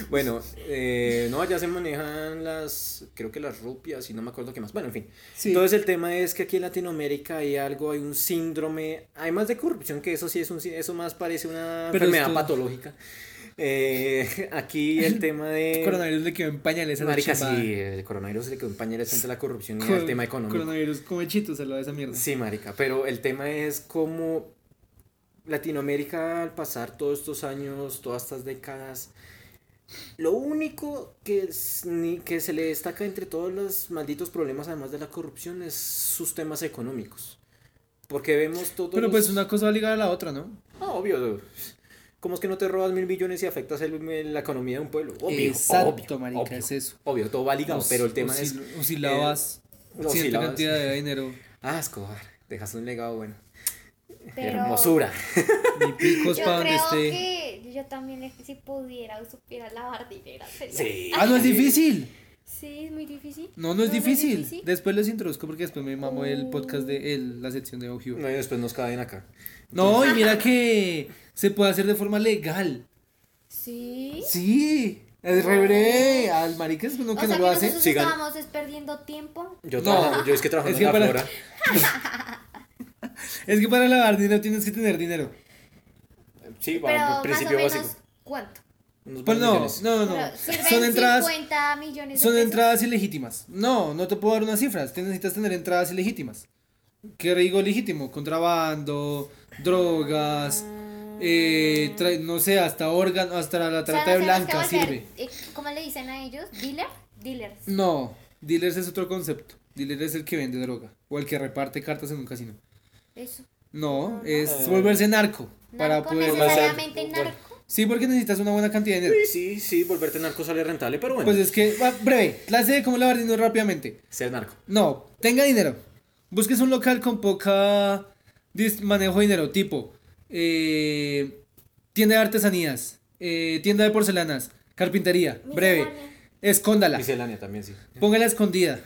Speaker 2: bueno, eh, no, allá se manejan las, creo que las rupias y no me acuerdo qué más. Bueno, en fin.
Speaker 1: Sí.
Speaker 2: Entonces el tema es que aquí en Latinoamérica hay algo, hay un síndrome, además de corrupción, que eso sí es un, sí- eso más parece una
Speaker 1: Pero
Speaker 2: enfermedad
Speaker 1: esto-
Speaker 2: patológica. Eh, *laughs* aquí
Speaker 1: *laughs*
Speaker 2: el tema de...
Speaker 1: coronavirus le quedó en pañales a la
Speaker 2: Marica,
Speaker 1: chimbada.
Speaker 2: sí, el coronavirus le acompaña el asunto de la corrupción y
Speaker 1: Co-
Speaker 2: el tema económico.
Speaker 1: Coronavirus come chitos a lo de esa mierda.
Speaker 2: Sí, marica, pero el tema es cómo Latinoamérica al pasar todos estos años, todas estas décadas, lo único que, es- ni- que se le destaca entre todos los malditos problemas, además de la corrupción, es sus temas económicos. Porque vemos todos
Speaker 1: Pero
Speaker 2: los-
Speaker 1: pues una cosa va ligada a la otra, ¿no?
Speaker 2: Ah, obvio. ¿Cómo es que no te robas mil millones y afectas el- la economía de un pueblo? Obvio,
Speaker 1: Exacto,
Speaker 2: obvio,
Speaker 1: marica,
Speaker 2: obvio,
Speaker 1: es eso.
Speaker 2: Obvio, todo va ligado,
Speaker 1: Os-
Speaker 2: pero el tema es...
Speaker 1: oscil- Oscilabas
Speaker 2: eh,
Speaker 1: cierta
Speaker 2: oscilabas.
Speaker 1: cantidad de dinero.
Speaker 2: Ah, Escobar, dejas un legado bueno.
Speaker 3: Pero-
Speaker 2: Hermosura.
Speaker 1: Ni picos
Speaker 3: Yo
Speaker 1: para donde
Speaker 3: creo
Speaker 1: esté.
Speaker 3: que yo también es que si pudiera o supiera lavar dinero. sería-
Speaker 2: Sí.
Speaker 1: Ah,
Speaker 3: *laughs*
Speaker 1: no es difícil.
Speaker 3: Sí, es muy difícil.
Speaker 1: No, no es difícil. Después los introduzco porque después me mamó el podcast de el- la sección de Ojo.
Speaker 2: No, y después nos caen acá.
Speaker 1: No, y
Speaker 3: *laughs*
Speaker 1: mira que se puede hacer de forma legal.
Speaker 3: Sí.
Speaker 1: Sí, es rebre. Al marica es uno
Speaker 3: O
Speaker 1: que
Speaker 3: sea pues,
Speaker 1: no
Speaker 3: que
Speaker 1: lo hace.
Speaker 3: nosotros
Speaker 2: sigan.
Speaker 3: estábamos es perdiendo tiempo.
Speaker 2: Yo,
Speaker 1: No,
Speaker 2: trabajo- yo es que trabajo
Speaker 1: es
Speaker 2: en
Speaker 1: que
Speaker 2: la
Speaker 1: para-
Speaker 2: flora.
Speaker 1: Es que para lavar dinero tienes que tener dinero.
Speaker 2: Sí,
Speaker 3: Pero
Speaker 2: para
Speaker 3: más
Speaker 2: un
Speaker 3: o
Speaker 2: principio
Speaker 3: menos,
Speaker 2: básico.
Speaker 3: ¿cuánto?
Speaker 2: Unos
Speaker 1: Pues
Speaker 2: buenos
Speaker 1: no,
Speaker 2: millones.
Speaker 1: no, no.
Speaker 3: Pero sirven
Speaker 1: Son entradas,
Speaker 3: 50 millones de
Speaker 1: son
Speaker 3: pesos.
Speaker 1: entradas ilegítimas. No, no te puedo dar unas cifras. Te necesitas tener entradas ilegítimas. ¿Qué digo legítimo? Contrabando, drogas, eh, tra- no sé, hasta órgano, hasta la
Speaker 3: O sea,
Speaker 1: trata de
Speaker 3: nos tenemos que
Speaker 1: blanca sirve.
Speaker 3: volver, eh, ¿Cómo le dicen a ellos? ¿Dealer? Dealers.
Speaker 1: No, dealers es otro concepto. Dealer es el que vende droga o el que reparte cartas en un casino.
Speaker 3: Eso.
Speaker 1: No, es volverse narco para
Speaker 3: Narco,
Speaker 1: poder...
Speaker 2: neces-
Speaker 3: necesariamente
Speaker 2: Pasar-
Speaker 3: narco.
Speaker 1: Sí, porque necesitas una buena cantidad de dinero.
Speaker 2: Sí, sí, sí, volverte narco sale rentable, pero bueno,
Speaker 1: Pues es que, va, breve, clase de cómo lavar dinero rápidamente.
Speaker 2: ser narco.
Speaker 1: No, tenga dinero. Busques un local con poca dis- manejo de dinero, tipo eh, tienda de artesanías, eh, tienda de porcelanas, carpintería, breve.
Speaker 3: Miscelánea.
Speaker 1: Escóndala,
Speaker 2: Miscelánea también, sí.
Speaker 1: póngala escondida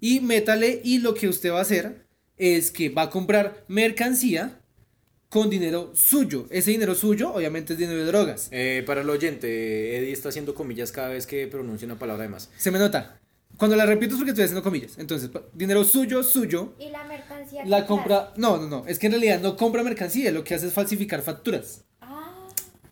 Speaker 1: y métale y lo que usted va a hacer es que va a comprar mercancía con dinero suyo. Ese dinero suyo obviamente es dinero de drogas.
Speaker 2: Eh, para el oyente, Eddie está haciendo comillas cada vez que pronuncia una palabra de más.
Speaker 1: Se me nota. Cuando la repito es porque estoy haciendo comillas. Entonces, pa- dinero suyo, suyo,
Speaker 3: Y la mercancía.
Speaker 1: La
Speaker 3: que
Speaker 1: compra, no, no, no, es que en realidad no compra mercancía, lo que hace es falsificar facturas.
Speaker 3: Ah,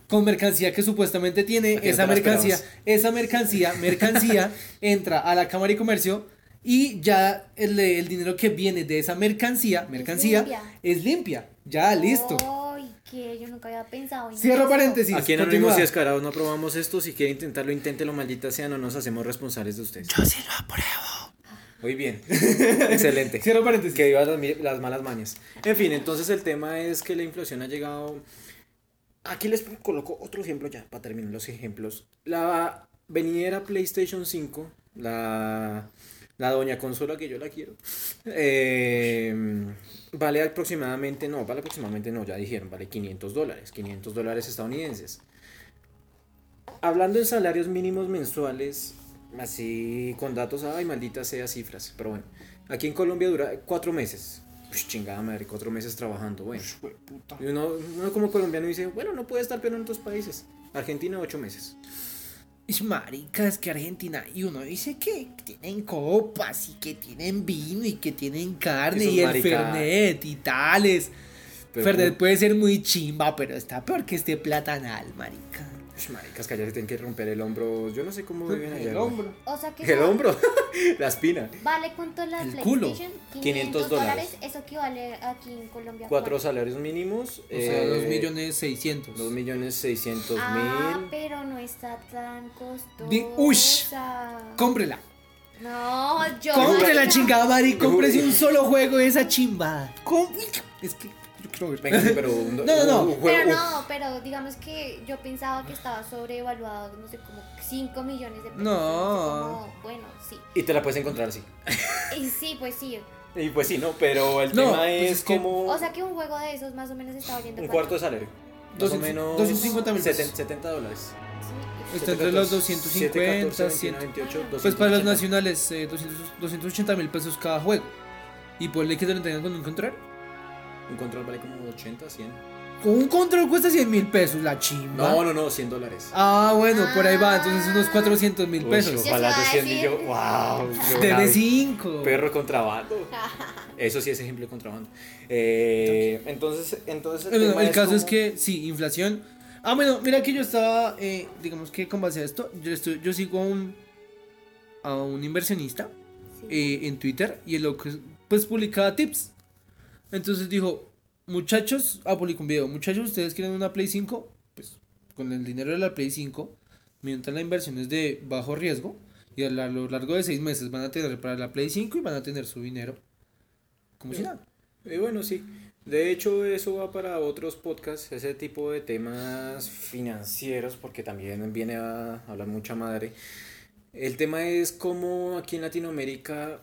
Speaker 1: Con mercancía que supuestamente tiene,
Speaker 2: Aquí no
Speaker 1: esa
Speaker 2: te la
Speaker 1: mercancía,
Speaker 2: esperabas. *laughs*
Speaker 1: esa mercancía, mercancía, entra a la Cámara y Comercio Y ya el, el dinero que viene de esa mercancía, mercancía,
Speaker 3: limpia. Oh.
Speaker 1: es limpia. Ya, Ah, listo.
Speaker 3: Ay, que yo nunca había pensado. en
Speaker 1: Cierro
Speaker 3: eso.
Speaker 1: paréntesis.
Speaker 2: Aquí en
Speaker 1: continúa.
Speaker 2: Anónimos y Descarados no aprobamos esto. Si quiere intentarlo, inténtelo, maldita sea. No nos hacemos responsables de ustedes. Yo sí lo apruebo. Muy bien. *laughs* Excelente.
Speaker 1: Cierro paréntesis.
Speaker 2: Que viva las, mi- las malas mañas. En fin, entonces el tema es que la inflación ha llegado. Aquí les coloco otro ejemplo ya, para terminar los ejemplos. La venidera PlayStation 5, la, la doña consola que yo la quiero, eh, vale aproximadamente, no, vale aproximadamente, no, ya dijeron, vale 500 dólares, 500 dólares estadounidenses. Hablando en salarios mínimos mensuales, así con datos, ay, maldita sea cifras, pero bueno. Aquí en Colombia dura cuatro meses. Ush, chingada madre, cuatro meses trabajando, bueno. Y uno, uno como colombiano dice, bueno, no puede estar peor en otros países. Argentina, ocho meses.
Speaker 1: Es maricas que Argentina y uno dice que tienen copas y que tienen vino y que tienen carne
Speaker 2: Esos
Speaker 1: y el
Speaker 2: marica-
Speaker 1: fernet y tales.
Speaker 2: Pero
Speaker 1: fernet
Speaker 2: como-
Speaker 1: puede ser muy chimba, pero está peor que este platanal, marica.
Speaker 2: Ush, maricas, que allá se tienen que romper el hombro. Yo no sé cómo viven allá. güey.
Speaker 3: O sea que
Speaker 2: *laughs* El hombro, *laughs* la espina.
Speaker 3: vale cuánto la
Speaker 1: El
Speaker 3: PlayStation?
Speaker 2: 500 dólares.
Speaker 3: Eso equivale aquí en Colombia.
Speaker 2: Cuatro
Speaker 3: ¿cuánto?
Speaker 2: salarios mínimos.
Speaker 1: O sea,
Speaker 2: eh,
Speaker 1: dos millones seiscientos.
Speaker 2: Dos millones seiscientos
Speaker 3: Ah,
Speaker 2: mil.
Speaker 3: pero no está tan costosa.
Speaker 1: Di- ush. Cómprela.
Speaker 3: No, yo.
Speaker 1: Compre la
Speaker 3: no.
Speaker 1: chingada, Mari.
Speaker 2: Yo-
Speaker 1: Cómprese un solo juego de esa chimba. Com- Es que yo quiero ver.
Speaker 2: Venga, pero un-
Speaker 1: No, no, no.
Speaker 2: un juego-
Speaker 3: Pero no, pero digamos que yo pensaba que estaba sobrevaluado, no sé, como 5 millones de pesos.
Speaker 1: No.
Speaker 3: sé, como, bueno, sí.
Speaker 2: Y te la puedes encontrar, sí.
Speaker 3: Y sí, pues sí.
Speaker 2: Y pues sí, no, pero el
Speaker 1: No,
Speaker 2: tema
Speaker 1: pues
Speaker 2: es,
Speaker 1: es que-
Speaker 2: como.
Speaker 3: O sea que un juego de esos más o menos está valiendo
Speaker 2: Un
Speaker 3: cuánto.
Speaker 2: cuarto de salario. Más o
Speaker 1: Doscientos-
Speaker 2: menos.
Speaker 1: 250 mil pesos.
Speaker 2: 70, 70 dólares.
Speaker 3: Sí,
Speaker 1: Está entre los 250,
Speaker 2: 128,
Speaker 1: Pues para los nacionales, eh, 200 280 mil pesos cada juego. Y ponle que te lo tengan con un control.
Speaker 2: Un control vale como 80, 100.
Speaker 1: Con un control cuesta 100 mil pesos la chimba.
Speaker 2: No, no, no, 100 dólares.
Speaker 1: Ah, bueno, por ahí va. Entonces unos 400 mil pesos.
Speaker 3: Uy,
Speaker 2: Ojalá
Speaker 3: Yo
Speaker 2: yo
Speaker 3: se
Speaker 2: 100 y yo,
Speaker 3: va
Speaker 2: wow. qué
Speaker 1: Tiene
Speaker 2: bravo.
Speaker 1: 5.
Speaker 2: Perro
Speaker 3: *laughs*
Speaker 2: contrabando. Eso sí es ejemplo de contrabando. Eh,
Speaker 4: Entonces, entonces
Speaker 1: Bueno,
Speaker 4: tema
Speaker 1: el caso es
Speaker 4: como-
Speaker 1: que, sí, inflación. Ah, bueno, mira que yo estaba, eh, digamos que con base a esto, yo, estoy, yo sigo a un, a un inversionista
Speaker 3: Sí.
Speaker 1: eh, en Twitter y el loco pues publicaba tips. Entonces dijo, muchachos, ah, publicó un video, muchachos, ¿ustedes quieren una Play 5? Pues con el dinero de la Play 5, mientras la inversión es de bajo riesgo y a la- a lo largo de seis meses van a tener para la Play 5 y van a tener su dinero. Como si nada.
Speaker 2: y eh, bueno, sí. De hecho, eso va para otros podcasts, ese tipo de temas financieros, porque también viene a hablar mucha madre. El tema es cómo aquí en Latinoamérica,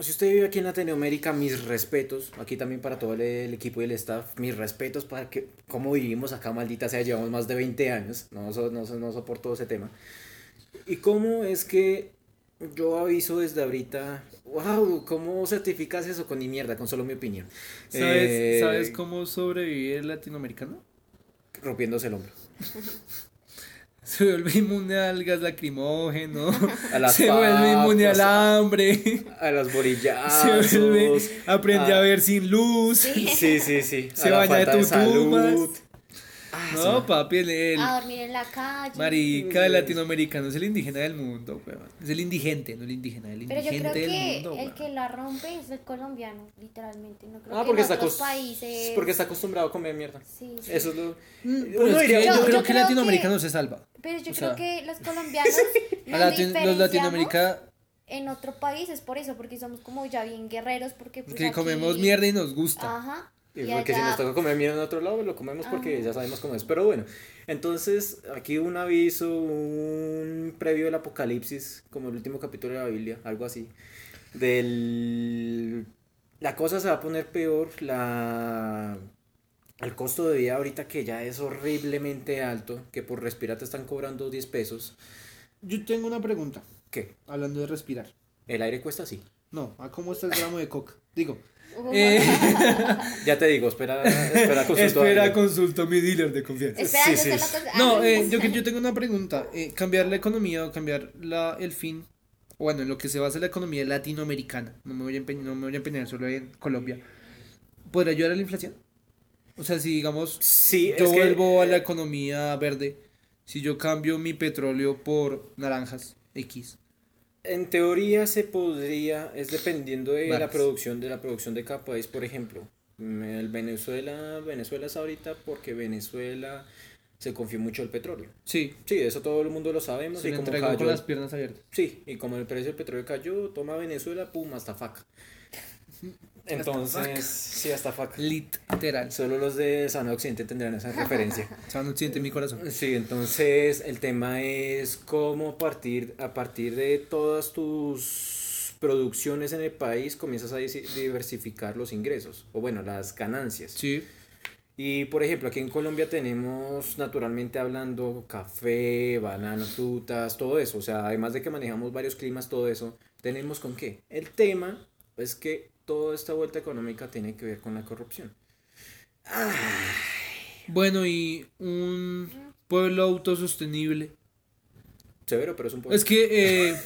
Speaker 2: si usted vive aquí en Latinoamérica, mis respetos, aquí también para todo el, el equipo y el staff, mis respetos para que cómo vivimos acá, maldita sea, llevamos más de 20 años, no, so- no, so- no soporto ese tema. Y cómo es que yo aviso desde ahorita, wow, ¿cómo certificas eso con mi mierda, con solo mi opinión?
Speaker 1: ¿Sabes,
Speaker 2: Eh,
Speaker 1: ¿Sabes cómo sobrevivir el latinoamericano? *laughs*
Speaker 2: Rompiéndose el hombro.
Speaker 1: Se vuelve inmune a algas *laughs* lacrimógeno,
Speaker 2: A las
Speaker 1: se vuelve inmune al
Speaker 2: papas,
Speaker 1: hambre, *laughs*
Speaker 2: A las bolillas.
Speaker 1: se vuelve, aprende a ver sin luz.
Speaker 2: Sí, sí, sí.
Speaker 1: *laughs* Se
Speaker 2: a la
Speaker 1: baña de
Speaker 2: falta de
Speaker 1: tutumas.
Speaker 2: salud.
Speaker 1: No, papi, el, el
Speaker 3: A dormir en la calle.
Speaker 1: marica latinoamericano es el indígena del mundo, weón. Es el indigente, no el indígena, el
Speaker 3: Pero yo creo
Speaker 1: indigente del
Speaker 3: que
Speaker 1: mundo,
Speaker 3: el
Speaker 1: weón.
Speaker 3: que la rompe es el colombiano, literalmente. No creo
Speaker 2: Ah,
Speaker 3: que
Speaker 2: porque
Speaker 3: en
Speaker 2: está,
Speaker 3: otros
Speaker 2: acos-
Speaker 3: países.
Speaker 2: porque está acostumbrado a comer mierda.
Speaker 3: Sí, sí.
Speaker 2: Eso es lo.
Speaker 1: Mm, pero
Speaker 2: Uno
Speaker 1: es
Speaker 2: diría,
Speaker 1: que
Speaker 3: Yo-
Speaker 1: yo,
Speaker 3: yo
Speaker 1: creo que
Speaker 3: creo
Speaker 1: el latinoamericano
Speaker 3: que-
Speaker 1: se salva.
Speaker 3: Pero yo
Speaker 1: O
Speaker 3: creo
Speaker 1: sea,
Speaker 3: que
Speaker 1: *laughs*
Speaker 3: los colombianos
Speaker 1: A
Speaker 3: nos
Speaker 1: Latin- los
Speaker 3: diferenciamos
Speaker 1: latinoamericanos
Speaker 3: en otro país es por eso, porque somos como ya bien guerreros, porque pues,
Speaker 1: que
Speaker 3: aquí-
Speaker 1: comemos mierda y nos gusta.
Speaker 3: Ajá.
Speaker 2: Y
Speaker 3: Y
Speaker 2: porque si
Speaker 3: allá- Ah.
Speaker 2: nos toca comer mierda en otro lado, lo comemos porque ya sabemos cómo es. Pero bueno, entonces aquí un aviso, un previo del apocalipsis, como el último capítulo de la Biblia, algo así. Del. La cosa se va a poner peor, la. El costo de vida ahorita que ya es horriblemente alto, que por respirar te están cobrando 10 pesos.
Speaker 1: Yo tengo una pregunta,
Speaker 2: ¿Qué?
Speaker 1: hablando de respirar.
Speaker 2: El aire cuesta así.
Speaker 1: No, ¿a cómo está el gramo de coca? Digo,
Speaker 3: Ujú.
Speaker 1: *laughs* eh,
Speaker 2: Ya te digo,
Speaker 1: *laughs*
Speaker 2: espera, espera, consulta.
Speaker 1: espera, consulto a mi dealer de confianza.
Speaker 3: Espera,
Speaker 2: Sí,
Speaker 3: yo
Speaker 2: sí,
Speaker 3: sé la
Speaker 2: sí.
Speaker 3: cosa-
Speaker 1: No,
Speaker 3: ah,
Speaker 1: eh, yo, que- yo tengo una pregunta. eh, cambiar la economía o cambiar la, el fin, o bueno, en lo que se basa la economía latinoamericana, no me voy a empeñar, no me voy a empeñar solo en Colombia, ¿podría ayudar a la inflación? O sea, si digamos,
Speaker 2: Sí,
Speaker 1: yo
Speaker 2: es que-
Speaker 1: vuelvo a la economía verde, si yo cambio mi petróleo por naranjas X,
Speaker 2: En teoría se podría, es dependiendo de la
Speaker 1: Varas.
Speaker 2: producción, de la producción de cada país, por ejemplo. mm, El Venezuela, Venezuela es ahorita porque Venezuela se confió mucho el petróleo.
Speaker 1: Sí,
Speaker 2: Sí, eso todo el mundo lo sabemos.
Speaker 1: se
Speaker 2: y
Speaker 1: le
Speaker 2: como
Speaker 1: entregó
Speaker 2: cayó-
Speaker 1: con las piernas abiertas.
Speaker 2: Sí, y como el precio del petróleo cayó, toma Venezuela, pum, hasta faca. Entonces, sí, hasta faca.
Speaker 1: Literal.
Speaker 2: Solo los de San Occidente tendrán esa
Speaker 1: *laughs*
Speaker 2: referencia.
Speaker 1: Estaban un siente en mi corazón.
Speaker 2: Sí, entonces el tema es cómo partir, a partir de todas tus producciones en el país comienzas a disi- diversificar los ingresos, o bueno, las ganancias.
Speaker 1: Sí.
Speaker 2: Y por ejemplo, aquí en Colombia tenemos naturalmente hablando café, banano, frutas, todo eso. O sea, además de que manejamos varios climas, todo eso, tenemos con qué. El tema es que toda esta vuelta económica tiene que ver con la corrupción.
Speaker 1: Bueno, y un pueblo autosostenible.
Speaker 2: Severo, pero es un poco...
Speaker 1: Es que,
Speaker 3: *laughs*
Speaker 1: eh,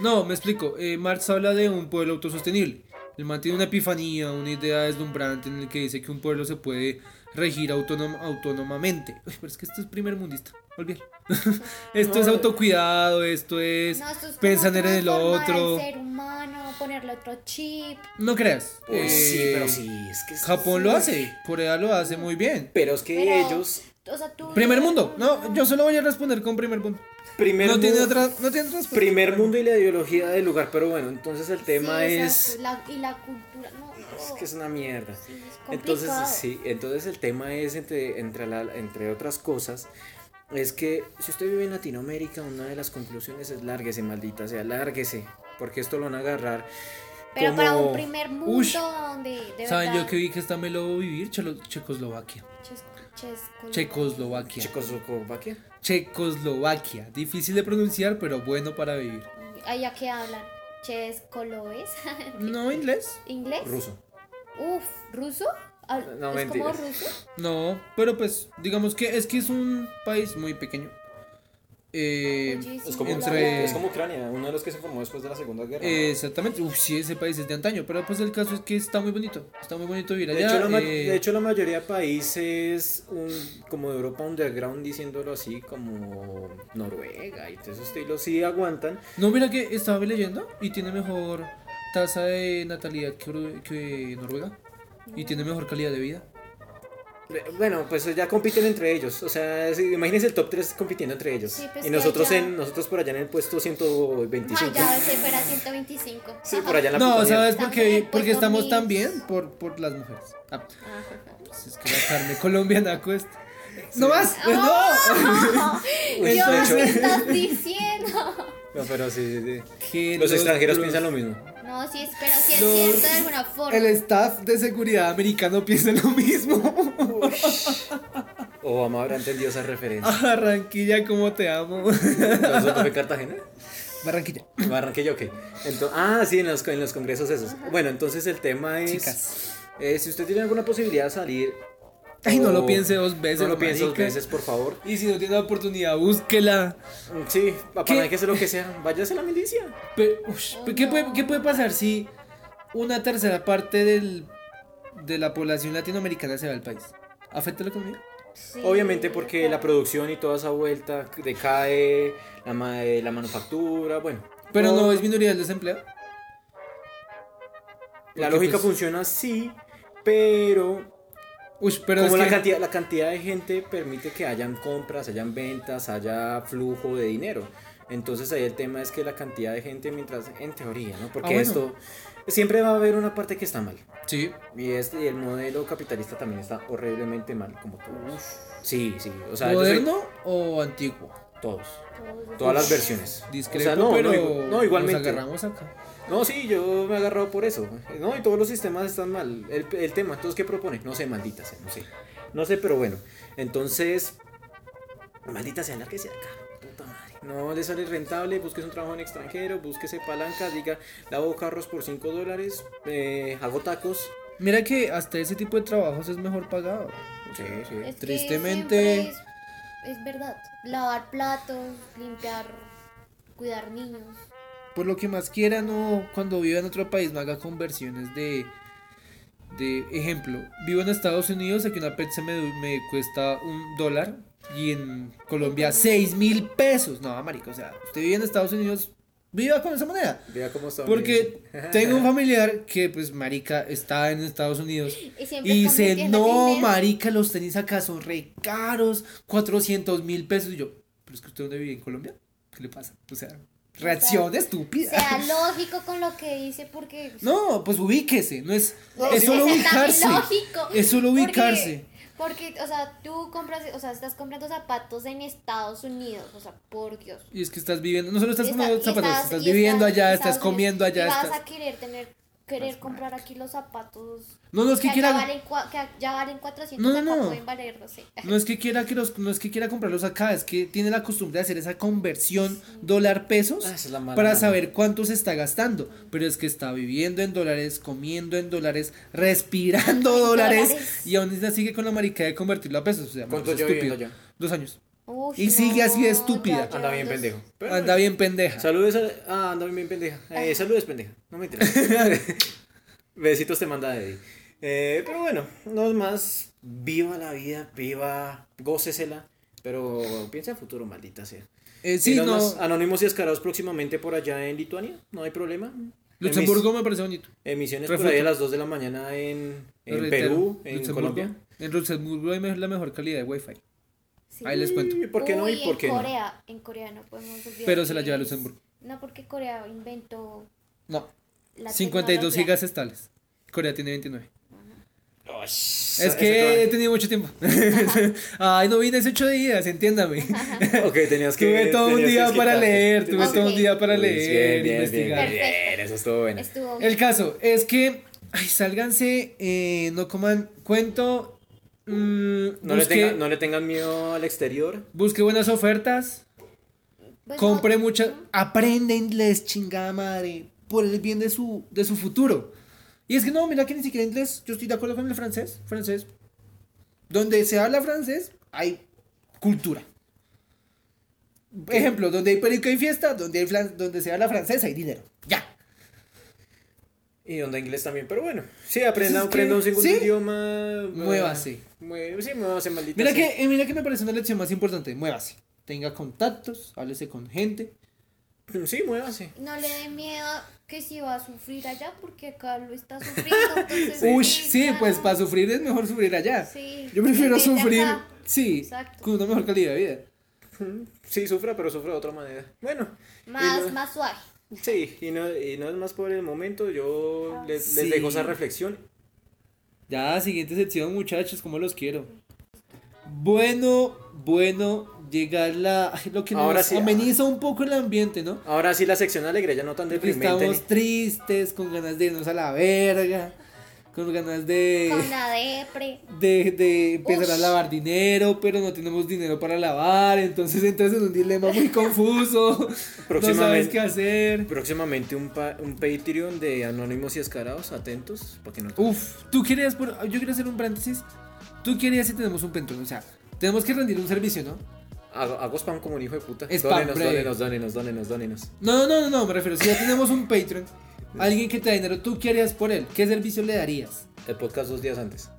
Speaker 1: no, me explico. Eh, Marx habla de un pueblo autosostenible. Él mantiene una epifanía, una idea deslumbrante en el que dice que un pueblo se puede regir autónom- autónomamente. Uy, pero es que esto es primer mundista. Olvídalo. *laughs* esto es autocuidado, esto es
Speaker 3: No, esto es como
Speaker 1: pensar pues, en el
Speaker 3: transformar al
Speaker 1: otro.
Speaker 3: ser humano, ponerle otro chip.
Speaker 1: No creas.
Speaker 2: Uy, Pues sí,
Speaker 1: Eh,
Speaker 2: pero sí, es que... es-
Speaker 1: Japón lo hace, Corea lo hace muy bien.
Speaker 2: Pero es que
Speaker 3: Pero,
Speaker 2: ellos...
Speaker 3: O sea, tú.
Speaker 1: Primer mundo. No, yo solo voy a responder con primer mundo.
Speaker 2: Primer
Speaker 1: No tiene
Speaker 2: mundo-
Speaker 1: otra, no tiene otra respuesta.
Speaker 2: Primer mundo y la ideología del lugar, pero bueno, entonces el
Speaker 3: Sí,
Speaker 2: tema es...
Speaker 3: exacto, la- y la cultura. No,
Speaker 2: Es que es una mierda.
Speaker 3: sí, es
Speaker 2: Entonces,
Speaker 3: complicado.
Speaker 2: sí, entonces el tema es, entre, entre, la- entre otras cosas, es que si usted vive en Latinoamérica, una de las conclusiones es lárguese, maldita sea, lárguese, porque esto lo van a agarrar.
Speaker 3: Pero para
Speaker 2: como-
Speaker 3: un primer mundo
Speaker 1: Ush.
Speaker 3: donde. De
Speaker 1: ¿Saben
Speaker 3: verdad,
Speaker 1: yo que vi que está me lo voy a vivir? Chelo- Checoslovaquia.
Speaker 3: ches- ches-
Speaker 1: Checoslovaquia.
Speaker 2: Checoslovaquia.
Speaker 1: Checoslovaquia. Difícil de pronunciar, pero bueno para vivir.
Speaker 3: Allá que hablan. Chescoloes. *laughs*
Speaker 1: ¿No inglés?
Speaker 3: ¿Inglés?
Speaker 2: Ruso.
Speaker 3: Uf, ¿ruso? Habl-
Speaker 2: No,
Speaker 3: ¿Es como
Speaker 2: mentira.
Speaker 3: ruso?
Speaker 1: No, pero pues, digamos que es que es un país muy pequeño. Eh,
Speaker 3: Oye, sí,
Speaker 4: Es como,
Speaker 1: Entre-
Speaker 4: es como Ucrania, uno de los que se formó después de la Segunda Guerra.
Speaker 1: eh, exactamente. Uf, sí, ese país es de antaño. Pero pues el caso es que está muy bonito. Está muy bonito vivir
Speaker 2: De,
Speaker 1: allá.
Speaker 2: hecho, la ma-
Speaker 1: eh,
Speaker 2: de hecho, la mayoría de países un- como de Europa underground, diciéndolo así, como Noruega y todos esos estilos, sí aguantan.
Speaker 1: No, mira que estaba leyendo y tiene mejor tasa de natalidad que, Ur- que Noruega. Y tiene mejor calidad de vida.
Speaker 2: Bueno, pues ya compiten entre ellos. O sea, sí, imagínense el top 3 compitiendo entre ellos.
Speaker 3: Sí, pues
Speaker 2: y
Speaker 3: que
Speaker 2: no- nosotros
Speaker 3: ya-
Speaker 2: en nosotros por allá en el puesto 125.
Speaker 3: Ay, Ah, ya se fuera 125.
Speaker 2: *laughs* Sí, por allá en la
Speaker 1: No,
Speaker 2: puta
Speaker 1: ¿sabes
Speaker 2: mierda.
Speaker 1: por
Speaker 3: También,
Speaker 1: qué?
Speaker 3: pues,
Speaker 1: Porque
Speaker 3: por
Speaker 1: estamos
Speaker 3: mí.
Speaker 1: tan bien por, por las mujeres. Ah,
Speaker 3: Ajá.
Speaker 1: pues es que la carne colombiana cuesta. ¡No
Speaker 2: Ah.
Speaker 1: más! Pues ¡No!
Speaker 2: Uy, de
Speaker 3: Dios,
Speaker 2: hecho-
Speaker 3: ¿qué estás diciendo?
Speaker 2: No, pero sí, sí, sí.
Speaker 1: Que
Speaker 2: Los extranjeros
Speaker 1: los-
Speaker 2: piensan lo mismo.
Speaker 3: No, sí, es- pero sí es
Speaker 1: Los-
Speaker 3: cierto de alguna forma.
Speaker 1: El staff de seguridad americano piensa lo
Speaker 2: *laughs*
Speaker 1: mismo.
Speaker 2: Obama habrá entendido
Speaker 1: *laughs*
Speaker 2: esa referencia.
Speaker 1: Ah, Barranquilla, como te amo.
Speaker 2: ¿Nosotros fue Cartagena?
Speaker 1: Barranquilla.
Speaker 2: Barranquilla, ok. Entonces, ah, sí, en los, en los congresos esos. Bueno, entonces el tema es.
Speaker 1: Chicas.
Speaker 2: eh, si usted tiene alguna posibilidad de salir.
Speaker 1: Ay, no lo
Speaker 2: o-
Speaker 1: piense dos veces.
Speaker 2: No lo piense dos
Speaker 1: marica.
Speaker 2: veces, por favor.
Speaker 1: Y si no tiene la oportunidad, búsquela.
Speaker 2: Mm, Sí, para
Speaker 1: ¿Qué?
Speaker 2: que sea lo que sea. *laughs* Váyase a la milicia.
Speaker 1: Pero, ush,
Speaker 3: Oh,
Speaker 1: pero ¿qué,
Speaker 3: no.
Speaker 1: puede, qué puede pasar si una tercera parte del, de la población latinoamericana se va al país? ¿Afecta la economía?
Speaker 3: Sí,
Speaker 2: Obviamente porque la
Speaker 3: claro.
Speaker 2: producción y toda esa vuelta decae, la, ma- eh, la manufactura, bueno.
Speaker 1: Pero no,
Speaker 2: todo-
Speaker 1: es minoría del desempleo.
Speaker 2: La
Speaker 1: porque,
Speaker 2: lógica
Speaker 1: pues,
Speaker 2: funciona así, pero
Speaker 1: Uy, Pues, pero
Speaker 2: como
Speaker 1: es
Speaker 2: la,
Speaker 1: que-
Speaker 2: cantidad, la cantidad de gente permite que hayan compras, hayan ventas, haya flujo de dinero. Entonces ahí el tema es que la cantidad de gente, mientras, en teoría, ¿no? Porque
Speaker 1: bueno.
Speaker 2: esto siempre va a haber una parte que está mal.
Speaker 1: Sí,
Speaker 2: Y, este, y el modelo capitalista también está horriblemente mal, como todos. Sí, sí. O sea, yo soy-
Speaker 1: ¿moderno o antiguo?
Speaker 2: todos.
Speaker 3: Todos-
Speaker 2: Todas las versiones.
Speaker 1: Discrepo,
Speaker 2: O sea, no, no,
Speaker 1: pero
Speaker 2: igu- no, igualmente.
Speaker 1: nos agarramos acá.
Speaker 2: No, sí, yo me he agarrado por eso. No, y todos los sistemas están mal. El, el tema, entonces, ¿qué propone? No sé, maldita sea, no sé. No sé, pero bueno. Entonces, maldita sea, la que sea acá. Puta madre. No le sale rentable, búsquese un trabajo en extranjero, búsquese palanca, diga, lavo carros por 5 dólares, eh, hago tacos.
Speaker 1: Mira que hasta ese tipo de trabajos es mejor pagado.
Speaker 2: Sí, sí.
Speaker 3: Es que
Speaker 1: Tristemente-
Speaker 3: siempre Es, es verdad. Lavar platos, limpiar, cuidar niños.
Speaker 1: Por lo que más quiera, no, cuando viva en otro país, no haga conversiones de. De ejemplo, vivo en Estados Unidos, aquí una pizza me, me cuesta un dólar y en Colombia seis mil pesos. No, marica, o sea, usted vive en Estados Unidos, viva con esa moneda.
Speaker 5: Vea cómo son.
Speaker 1: Porque
Speaker 2: *laughs*
Speaker 1: tengo un familiar que, pues, marica, está en Estados Unidos
Speaker 3: Y siempre
Speaker 1: y
Speaker 3: están
Speaker 1: dice,
Speaker 3: metiéndole
Speaker 1: no,
Speaker 3: dinero".
Speaker 1: marica, los tenis acá son re caros, 400 mil pesos. Y yo, pero es que usted dónde vive en Colombia, ¿qué le pasa? O sea, reacción estúpida.
Speaker 3: Sea lógico con lo que dice porque...
Speaker 1: *laughs* No, pues ubíquese, no es,
Speaker 3: No,
Speaker 1: es
Speaker 3: sí.
Speaker 1: solo
Speaker 3: Es tan
Speaker 1: ubicarse.
Speaker 3: lógico,
Speaker 1: Es solo
Speaker 3: porque-
Speaker 1: ubicarse.
Speaker 3: Porque, o sea, tú compras, o sea, estás comprando zapatos en Estados Unidos, o sea, por Dios.
Speaker 1: Y es que estás viviendo, no solo estás
Speaker 3: Y está-
Speaker 1: comprando
Speaker 3: y
Speaker 1: zapatos, estás,
Speaker 3: y
Speaker 1: viviendo
Speaker 3: estás-
Speaker 1: allá,
Speaker 3: y
Speaker 1: estás
Speaker 3: Unidos,
Speaker 1: comiendo allá,
Speaker 3: Y vas
Speaker 1: estás...
Speaker 3: a querer tener, querer comprar aquí los zapatos.
Speaker 1: No, no es que
Speaker 3: ya
Speaker 1: quiera...
Speaker 3: valen, cua- que ya valen 400,
Speaker 1: No, no,
Speaker 3: acá
Speaker 1: no.
Speaker 3: pueden valer, no sé.
Speaker 1: No es que quiera que los, no es que quiera comprarlos acá, es que tiene la costumbre de hacer esa conversión dólar pesos
Speaker 2: Ah, esa es la mala
Speaker 1: para
Speaker 2: mano.
Speaker 1: saber cuánto se está gastando, pero es que está viviendo en dólares, comiendo en dólares, respirando dólares,
Speaker 3: dólares.
Speaker 1: y aún así sigue con la marica de convertirlo a pesos, o sea,
Speaker 2: ¿Cuánto
Speaker 1: es
Speaker 2: llevo
Speaker 1: estúpido.
Speaker 2: viviendo
Speaker 1: Dos años.
Speaker 3: Uy,
Speaker 1: Y sigue así de
Speaker 3: ya
Speaker 1: estúpida.
Speaker 2: Anda bien
Speaker 3: llevan dos-
Speaker 2: pendejo. Pero-
Speaker 1: Anda bien pendeja.
Speaker 2: Saludos a... Ah, anda bien pendeja. Eh, saludos, pendeja. No me interesa.
Speaker 1: *laughs*
Speaker 2: Besitos te manda Eddie. Eh, pero bueno, no es más. Viva la vida, viva, gócesela. Pero piensa en futuro, maldita sea.
Speaker 1: Eh,
Speaker 2: Sí,
Speaker 1: sí, no.
Speaker 2: Anónimos y Escarados próximamente por allá en Lituania, no hay problema.
Speaker 1: Luxemburgo me parece bonito.
Speaker 2: Emis- emisiones por
Speaker 1: Refuto.
Speaker 2: ahí a las 2 de la mañana en, en
Speaker 1: Reitero,
Speaker 2: Perú, en
Speaker 1: Luxemburgo.
Speaker 2: Colombia.
Speaker 1: En Luxemburgo hay me- la mejor calidad de wifi.
Speaker 3: Sí.
Speaker 1: Ahí les cuento.
Speaker 2: ¿Y por qué no?
Speaker 3: Uy,
Speaker 2: ¿Y por qué
Speaker 3: en
Speaker 2: no?
Speaker 3: Corea, en Corea no podemos olvidar
Speaker 1: Pero se la
Speaker 3: que
Speaker 1: lleva
Speaker 3: es-
Speaker 1: Luxemburgo.
Speaker 3: No, porque Corea inventó
Speaker 1: No.
Speaker 3: la
Speaker 1: 52
Speaker 3: tecnología.
Speaker 1: gigas estales. Corea tiene 29.
Speaker 2: Ay,
Speaker 1: Es
Speaker 2: esa-
Speaker 1: que he
Speaker 2: esa
Speaker 1: tenido mucho tiempo. *laughs* Ay, no vine hace ocho días, entiéndame.
Speaker 2: toda- Ok, tenías que
Speaker 1: Tuve todo un
Speaker 2: tenías que
Speaker 1: día para
Speaker 2: desquitarte.
Speaker 1: leer, tuve
Speaker 2: Tenías
Speaker 1: todo un
Speaker 3: Ok.
Speaker 1: día para
Speaker 2: Uy, bien,
Speaker 1: leer,
Speaker 2: bien,
Speaker 1: investigar.
Speaker 2: bien, bien, eso estuvo bueno.
Speaker 3: Estuvo
Speaker 1: El caso es que, ay, sálganse, eh, no coman cuento, mm,
Speaker 2: No, le
Speaker 1: busque,
Speaker 2: tenga- no le tengan miedo al exterior.
Speaker 1: busque buenas ofertas,
Speaker 3: Pues no,
Speaker 1: compre muchas, aprende inglés, chingada madre, por el bien de su, de su futuro. Y es que no, mira que ni siquiera inglés, yo estoy de acuerdo con el francés, francés. Donde se habla francés, hay cultura. Ejemplo, donde hay perico y fiesta, donde, hay flan- donde se habla francés, hay dinero. Ya.
Speaker 2: Y onda inglés también, pero bueno. Sí, aprenda,
Speaker 1: es que-
Speaker 2: aprenda un segundo
Speaker 1: sí.
Speaker 2: idioma.
Speaker 1: Muévase.
Speaker 2: Mue- sí, muévase, maldita
Speaker 1: Mira
Speaker 2: sea.
Speaker 1: que, eh, mira que me parece una lección más importante. Muévase. Tenga contactos, háblese con gente.
Speaker 2: Sí, muévase.
Speaker 3: no le dé miedo que si va a sufrir allá porque acá lo está sufriendo.
Speaker 1: *laughs*
Speaker 3: entonces,
Speaker 1: Uy, sí,
Speaker 3: claro.
Speaker 1: pues para sufrir es mejor sufrir allá.
Speaker 3: Sí.
Speaker 1: Yo
Speaker 3: *laughs*
Speaker 1: prefiero
Speaker 3: Vivir
Speaker 1: sufrir,
Speaker 3: acá.
Speaker 1: sí,
Speaker 3: Exacto.
Speaker 1: con una mejor calidad de vida.
Speaker 2: Sí, sufra, pero sufra de otra manera. Bueno. y
Speaker 3: Más,
Speaker 2: no-
Speaker 3: más suave.
Speaker 2: Sí, y no, y no es más por el momento. Yo les, les
Speaker 1: Sí.
Speaker 2: dejo esa reflexión.
Speaker 1: Ya, siguiente sección, muchachos, como los quiero. Bueno, bueno, llegar la. ay, Lo que
Speaker 2: Ahora
Speaker 1: nos
Speaker 2: sí, ah.
Speaker 1: ameniza un poco el ambiente, ¿no?
Speaker 2: Ahora sí, la sección alegre, ya no tan
Speaker 1: Porque
Speaker 2: deprimente.
Speaker 1: estamos tristes, con ganas de irnos a la verga, con ganas de.
Speaker 3: Con la depre.
Speaker 1: de, de empezar a
Speaker 3: Ush.
Speaker 1: lavar dinero, pero no tenemos dinero para lavar, entonces entras en un dilema muy confuso, *laughs* no sabes
Speaker 2: Próximamente.
Speaker 1: qué hacer.
Speaker 2: Próximamente un, pa- un Patreon de Anónimos y Escarados. Atentos, para que no.
Speaker 1: Uf, tú querías, por, yo quiero hacer un paréntesis, tú querías si tenemos un pentón, o sea, tenemos que rendir un servicio, ¿no?
Speaker 2: Hago, hago spam como un hijo de puta.
Speaker 1: Spam,
Speaker 2: Dónenos,
Speaker 1: breve.
Speaker 2: dónenos, dónenos, dónenos, dónenos.
Speaker 1: No, no, no, no, no, me refiero, si ya tenemos un Patreon, alguien que te da dinero, ¿tú qué harías por él? ¿Qué servicio le darías?
Speaker 2: El podcast dos días antes.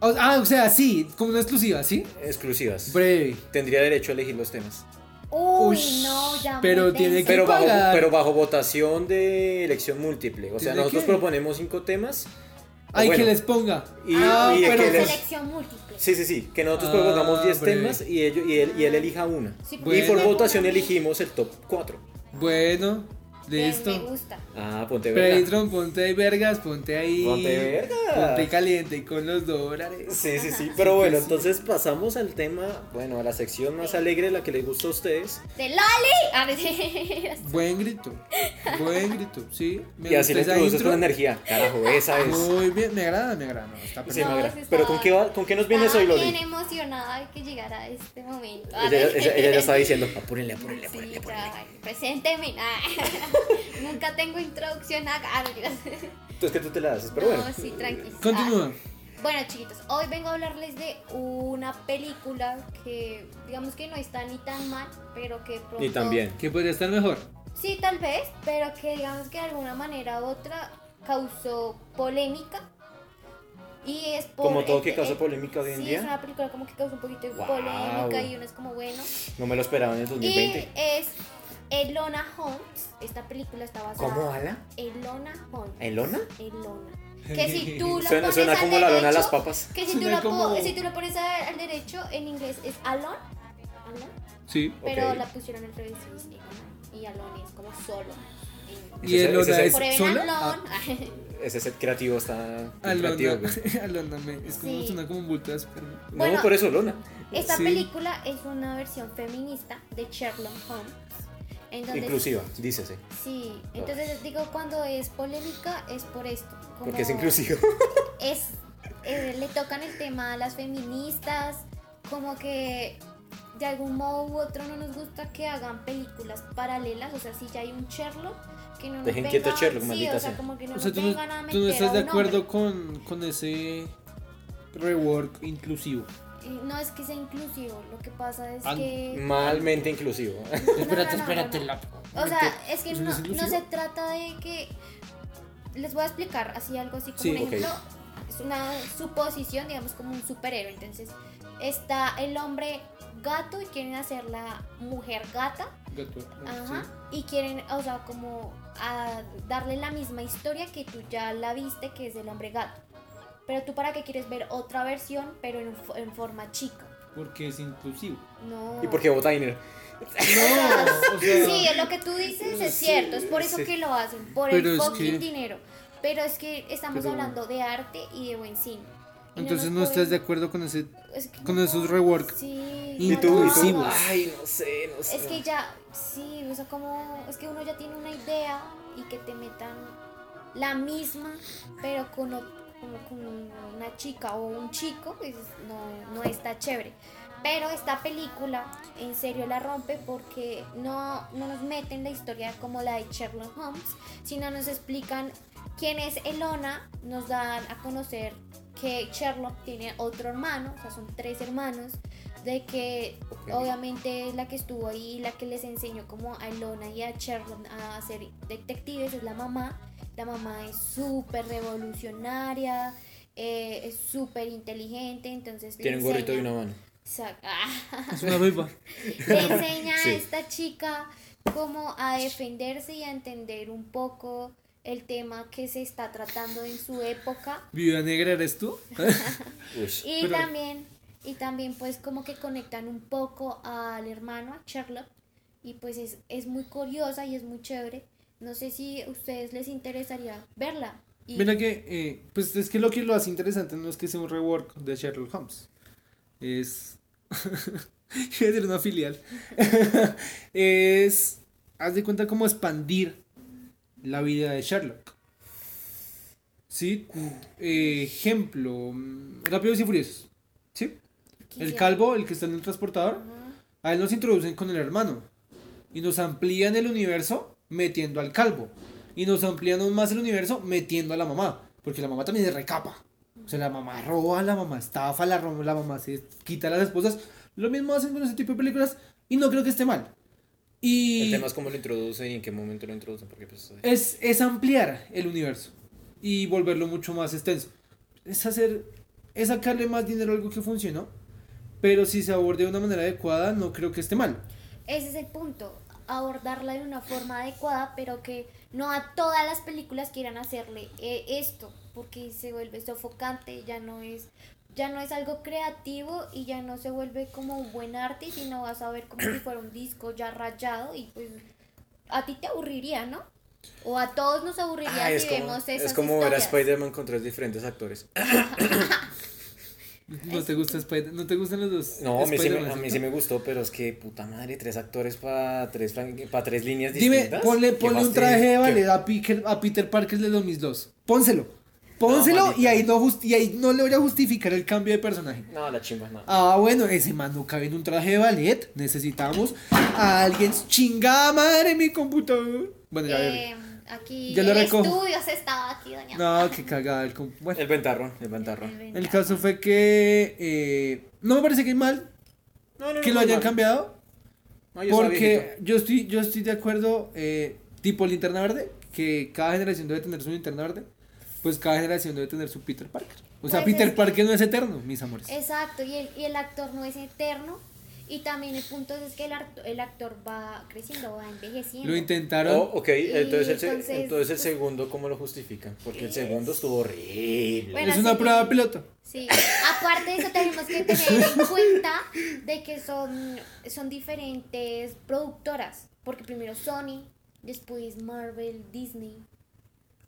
Speaker 1: O- ah, o sea, sí, como una exclusiva, ¿sí?
Speaker 2: Exclusivas.
Speaker 1: Breve.
Speaker 2: Tendría derecho a elegir los temas.
Speaker 3: Uy,
Speaker 1: Ush,
Speaker 3: no, ya. muy
Speaker 1: pero tiene
Speaker 3: tenso.
Speaker 1: que-
Speaker 2: Pero bajo,
Speaker 1: pagar.
Speaker 2: pero bajo votación de elección múltiple. O sea,
Speaker 1: ¿De
Speaker 2: nosotros
Speaker 1: qué?
Speaker 2: proponemos cinco temas. o
Speaker 1: Hay
Speaker 2: bueno,
Speaker 1: que les ponga.
Speaker 2: Y-
Speaker 1: ah,
Speaker 2: y de
Speaker 1: pero
Speaker 2: que les-
Speaker 3: Selección múltiple.
Speaker 2: Sí, sí, sí. Que nosotros
Speaker 1: Ah,
Speaker 2: propongamos 10
Speaker 1: breve.
Speaker 2: temas y, ello- y, él, y él elija una.
Speaker 3: Sí,
Speaker 1: Bueno.
Speaker 2: Y por
Speaker 3: porque-
Speaker 2: votación elegimos el top 4.
Speaker 1: Bueno,
Speaker 3: Bien,
Speaker 1: listo.
Speaker 3: Me gusta.
Speaker 2: Ah, ponte verga.
Speaker 1: Patreon, ponte ahí vergas, ponte ahí.
Speaker 2: Ponte
Speaker 1: Ponte pues
Speaker 2: verga.
Speaker 1: caliente con los dólares.
Speaker 2: Sí, sí, sí. Pero bueno, entonces pasamos al tema, bueno, a la sección más alegre, la que les gusta a ustedes.
Speaker 3: ¡De Loli! A *laughs* ver,
Speaker 1: Buen grito. Buen grito, sí. Me
Speaker 2: y
Speaker 1: gusta
Speaker 2: así les
Speaker 1: esa
Speaker 2: produces
Speaker 1: intro.
Speaker 2: una energía. Carajo, esa es.
Speaker 1: Muy bien, me agrada, me agrada. no, está
Speaker 2: Sí,
Speaker 1: perfecto.
Speaker 3: No,
Speaker 2: me agrada.
Speaker 3: ese está-
Speaker 2: Pero ¿con qué, va- ¿con qué nos vienes hoy,
Speaker 3: Estaba
Speaker 2: Loli?
Speaker 3: bien emocionada de que llegara este momento. A
Speaker 2: Ella,
Speaker 3: ver.
Speaker 2: ella- ella ya está diciendo, apúrenle, apúrenle,
Speaker 3: Sí,
Speaker 2: apúrenle, apúrenle.
Speaker 3: ya, presénteme. *laughs* Ah, Nunca tengo introducción a ah, mentiras.
Speaker 2: Entonces que tú te la haces, pero bueno.
Speaker 3: No, sí, tranqui.
Speaker 1: Continúa.
Speaker 3: Ah, bueno, chiquitos, hoy vengo a hablarles de una película que, digamos que no está ni tan mal, pero que pronto...
Speaker 2: Y también.
Speaker 1: Que podría estar mejor.
Speaker 3: Sí, tal vez, pero que digamos que de alguna manera u otra causó polémica. Y es por...
Speaker 2: Como todo
Speaker 3: eh,
Speaker 2: que causa
Speaker 3: eh,
Speaker 2: polémica hoy en
Speaker 3: sí, es
Speaker 2: día.
Speaker 3: una película como que causó un poquito de
Speaker 2: Guau.
Speaker 3: polémica y uno es como bueno.
Speaker 2: No me lo esperaba en el
Speaker 3: Y
Speaker 2: 2020.
Speaker 3: es Elona Holmes, esta película está basada
Speaker 4: ¿Cómo ala?
Speaker 3: Elona Holmes.
Speaker 4: ¿Elona?
Speaker 3: Elona. Que si tú lo
Speaker 4: Suena,
Speaker 3: pones
Speaker 4: suena
Speaker 3: al
Speaker 4: como la lona de
Speaker 3: derecho-
Speaker 4: las papas.
Speaker 3: Que si tú,
Speaker 1: Suena
Speaker 3: lo, po-
Speaker 1: como-
Speaker 3: si tú lo pones a- al derecho, en inglés es Alon. Alon.
Speaker 1: Sí.
Speaker 3: Pero
Speaker 4: Ok.
Speaker 3: la pusieron al revés y es Elona. Y Alon es como solo. en-
Speaker 1: Y
Speaker 4: Ese-
Speaker 1: el Lola
Speaker 4: ese-
Speaker 1: es
Speaker 3: Por ahí ven
Speaker 1: sola.
Speaker 3: Alon.
Speaker 4: Ese set creativo está
Speaker 1: Ah,
Speaker 4: creativo.
Speaker 1: Alona,
Speaker 3: *laughs*
Speaker 4: güey.
Speaker 1: *laughs* Alona me- es como
Speaker 3: Sí.
Speaker 1: suena como un bulto de esperma.
Speaker 4: No,
Speaker 3: Bueno.
Speaker 4: por eso Lona.
Speaker 3: *laughs* Esta
Speaker 1: Sí.
Speaker 3: película es una versión feminista de Sherlock Holmes. En donde
Speaker 4: Inclusiva, dícese.
Speaker 3: Sí, entonces digo, cuando es polémica es por esto. como
Speaker 4: Porque
Speaker 3: *laughs*
Speaker 4: es inclusivo.
Speaker 3: es- eh, le tocan el tema a las feministas, como que de algún modo u otro no nos gusta que hagan películas paralelas, o sea, si ya hay un Sherlock, que no nos
Speaker 4: Dejen
Speaker 3: vengan-
Speaker 4: quieto a Sherlock,
Speaker 3: sí,
Speaker 4: maldita
Speaker 3: o sea,
Speaker 4: sea.
Speaker 3: como que no
Speaker 1: O sea,
Speaker 3: nos
Speaker 1: tú no,
Speaker 3: vengan a
Speaker 1: tú no
Speaker 3: meter
Speaker 1: estás
Speaker 3: a
Speaker 1: de
Speaker 3: un
Speaker 1: acuerdo
Speaker 3: hombre.
Speaker 1: con, con ese rework inclusivo.
Speaker 3: Y No es que sea inclusivo, lo que pasa es
Speaker 1: Ah,
Speaker 3: que...
Speaker 4: Malmente inclusivo.
Speaker 2: *laughs*
Speaker 3: no, no,
Speaker 1: Espérate,
Speaker 3: no, no,
Speaker 1: espérate.
Speaker 3: no.
Speaker 1: la-
Speaker 3: O sea, es que
Speaker 1: ¿Eso
Speaker 3: no,
Speaker 1: no es
Speaker 3: no
Speaker 1: inclusivo?
Speaker 3: se trata de que. Les voy a explicar así algo así como
Speaker 1: Sí,
Speaker 3: un
Speaker 1: ok.
Speaker 3: ejemplo. Es una suposición, digamos, como un superhéroe. Entonces, está el hombre gato y quieren hacer la mujer gata.
Speaker 1: Gato,
Speaker 3: Ajá.
Speaker 1: sí.
Speaker 3: Y quieren, o sea, como a darle la misma historia que tú ya la viste, que es el hombre gato. Pero tú para qué quieres ver otra versión, pero en, fo- en forma chica.
Speaker 1: Porque es inclusivo.
Speaker 3: No.
Speaker 4: ¿Y
Speaker 3: *laughs*
Speaker 4: por qué Botainer?
Speaker 1: No, o sea,
Speaker 3: Sí, lo que tú dices es
Speaker 1: Sí,
Speaker 3: cierto, es por eso
Speaker 4: sí.
Speaker 3: que lo hacen, por
Speaker 1: Pero
Speaker 3: el
Speaker 1: es
Speaker 3: fucking
Speaker 1: que-
Speaker 3: dinero. Pero es que estamos
Speaker 1: Pero-
Speaker 3: hablando de arte y de buen cine. Y
Speaker 1: entonces no
Speaker 3: nos
Speaker 1: estás de
Speaker 3: pueden-
Speaker 1: acuerdo con ese
Speaker 3: es que
Speaker 1: con
Speaker 3: no,
Speaker 1: esos rework
Speaker 3: Sí,
Speaker 1: ¿Y
Speaker 3: no,
Speaker 1: tú?
Speaker 3: no,
Speaker 1: ¿Y tú?
Speaker 3: no.
Speaker 4: Ay, no sé, no sé.
Speaker 3: Es que ya, sí, o sea, como es que uno ya tiene una idea y que te metan la misma, pero con, o- como con una chica o un chico, pues no, no está chévere. Pero esta película en serio la rompe porque no, no nos meten la historia como la de Sherlock Holmes, sino nos explican quién es Elona, nos dan a conocer que Sherlock tiene otro hermano, o sea, son tres hermanos, de que
Speaker 4: Ok.
Speaker 3: obviamente la que estuvo ahí, la que les enseñó como a Elona y a Sherlock a ser detectives es la mamá. La mamá es súper revolucionaria, eh, es súper inteligente, entonces... le
Speaker 4: Tiene un gorrito y
Speaker 3: enseña-
Speaker 4: una mano.
Speaker 3: Exacto. Ah.
Speaker 1: es una beba.
Speaker 3: Le enseña
Speaker 4: Sí.
Speaker 3: a esta chica cómo a defenderse y a entender un poco el tema que se está tratando en su época
Speaker 1: *laughs* Viuda negra eres tú?
Speaker 4: Uy.
Speaker 3: y
Speaker 1: Pero-
Speaker 3: también y también pues como que conectan un poco al hermano a Sherlock y pues es, es muy curiosa y es muy chévere no sé si a ustedes les interesaría verla y
Speaker 1: Mira que eh, pues es que lo que lo hace interesante no es que sea un rework de Sherlock Holmes. Es *laughs* Iba a decir una filial. *laughs* es haz de cuenta como expandir la vida de Sherlock. Sí, Eh, ejemplo, mm, Rápidos y Furiosos. Sí. El
Speaker 3: quisiera-
Speaker 1: calvo, el que está en el transportador, a él nos introducen con el hermano. Y nos amplían el universo metiendo al calvo. Y nos amplían aún más el universo metiendo a la mamá. Porque la mamá también se recapa. O sea, la mamá roba, la mamá estafa, la, ro- la mamá se quita a las esposas. Lo mismo hacen con ese tipo de películas. Y no creo que esté mal. Y
Speaker 4: El tema es cómo lo introducen y en qué momento lo introducen. Porque pues, eh,
Speaker 1: es, es ampliar el universo y volverlo mucho más extenso. Es hacer, es sacarle más dinero a algo que funcionó, pero si se aborde de una manera adecuada, no creo que esté mal.
Speaker 3: Ese es el punto, abordarla de una forma adecuada, pero que no a todas las películas quieran hacerle eh, esto, porque se vuelve sofocante, ya no es ya no es algo creativo y ya no se vuelve como un buen arte, sino vas a ver como si fuera un disco ya rayado y pues a ti te aburriría, ¿no? O a todos nos aburriría
Speaker 4: ay, Ah, es
Speaker 3: si
Speaker 4: como,
Speaker 3: vemos esas
Speaker 4: es como ver a
Speaker 3: historias.
Speaker 4: Spider-Man con tres diferentes actores.
Speaker 1: No te gusta Spider- no te gustan los dos.
Speaker 4: No, a mí, sí me,
Speaker 1: Spider-Man,
Speaker 4: a mí
Speaker 1: ¿cierto?
Speaker 4: sí me gustó, pero es que puta madre, tres actores para tres, fran- pa' tres líneas
Speaker 1: Dime,
Speaker 4: distintas.
Speaker 1: ponle,
Speaker 4: Qué
Speaker 1: ponle un
Speaker 4: fastidio,
Speaker 1: traje de
Speaker 4: qué-
Speaker 1: ballet a, Piquer- a Peter Parker de 2002. Pónselo. Pónselo y,
Speaker 4: maldito.
Speaker 1: ahí no just- y ahí no le voy a justificar el cambio de personaje.
Speaker 4: No, la chimba, no.
Speaker 1: Ah, bueno, ese man no cabe en un traje de ballet. Necesitamos a alguien. ¡Chingada madre, mi computador! Bueno, ya veré.
Speaker 3: Eh, aquí
Speaker 1: Yo lo
Speaker 3: el
Speaker 1: recojo.
Speaker 3: estudio se estaba aquí dañando.
Speaker 1: No, qué cagada el compu- Bueno,
Speaker 4: El ventarrón, el ventarrón.
Speaker 1: el caso fue que. eh, no me parece que es mal
Speaker 4: No, no,
Speaker 1: que
Speaker 4: no,
Speaker 1: lo
Speaker 4: no,
Speaker 1: hayan
Speaker 4: no.
Speaker 1: cambiado.
Speaker 4: No, yo estaba
Speaker 1: Porque
Speaker 4: viejito.
Speaker 1: yo estoy, yo estoy de acuerdo, eh, tipo linterna verde, que cada generación debe tener su linterna verde. Pues cada generación debe tener su Peter Parker. O sea,
Speaker 3: Pues es
Speaker 1: Peter
Speaker 3: que-
Speaker 1: Parker no es eterno, mis amores.
Speaker 3: Exacto, y el, y el actor no es eterno. Y también el punto es que el, art- el actor va creciendo, va envejeciendo.
Speaker 1: Lo intentaron.
Speaker 4: Oh, ok, entonces el, se-
Speaker 3: entonces-
Speaker 4: entonces
Speaker 1: pues
Speaker 4: el segundo, ¿cómo lo justifican? Porque el segundo estuvo horrible.
Speaker 3: Bueno,
Speaker 1: es
Speaker 3: así
Speaker 1: una
Speaker 3: que-
Speaker 1: prueba piloto.
Speaker 3: Sí, aparte de eso tenemos que tener
Speaker 1: *laughs*
Speaker 3: en cuenta de que son, son diferentes productoras, porque primero Sony, después Marvel, Disney.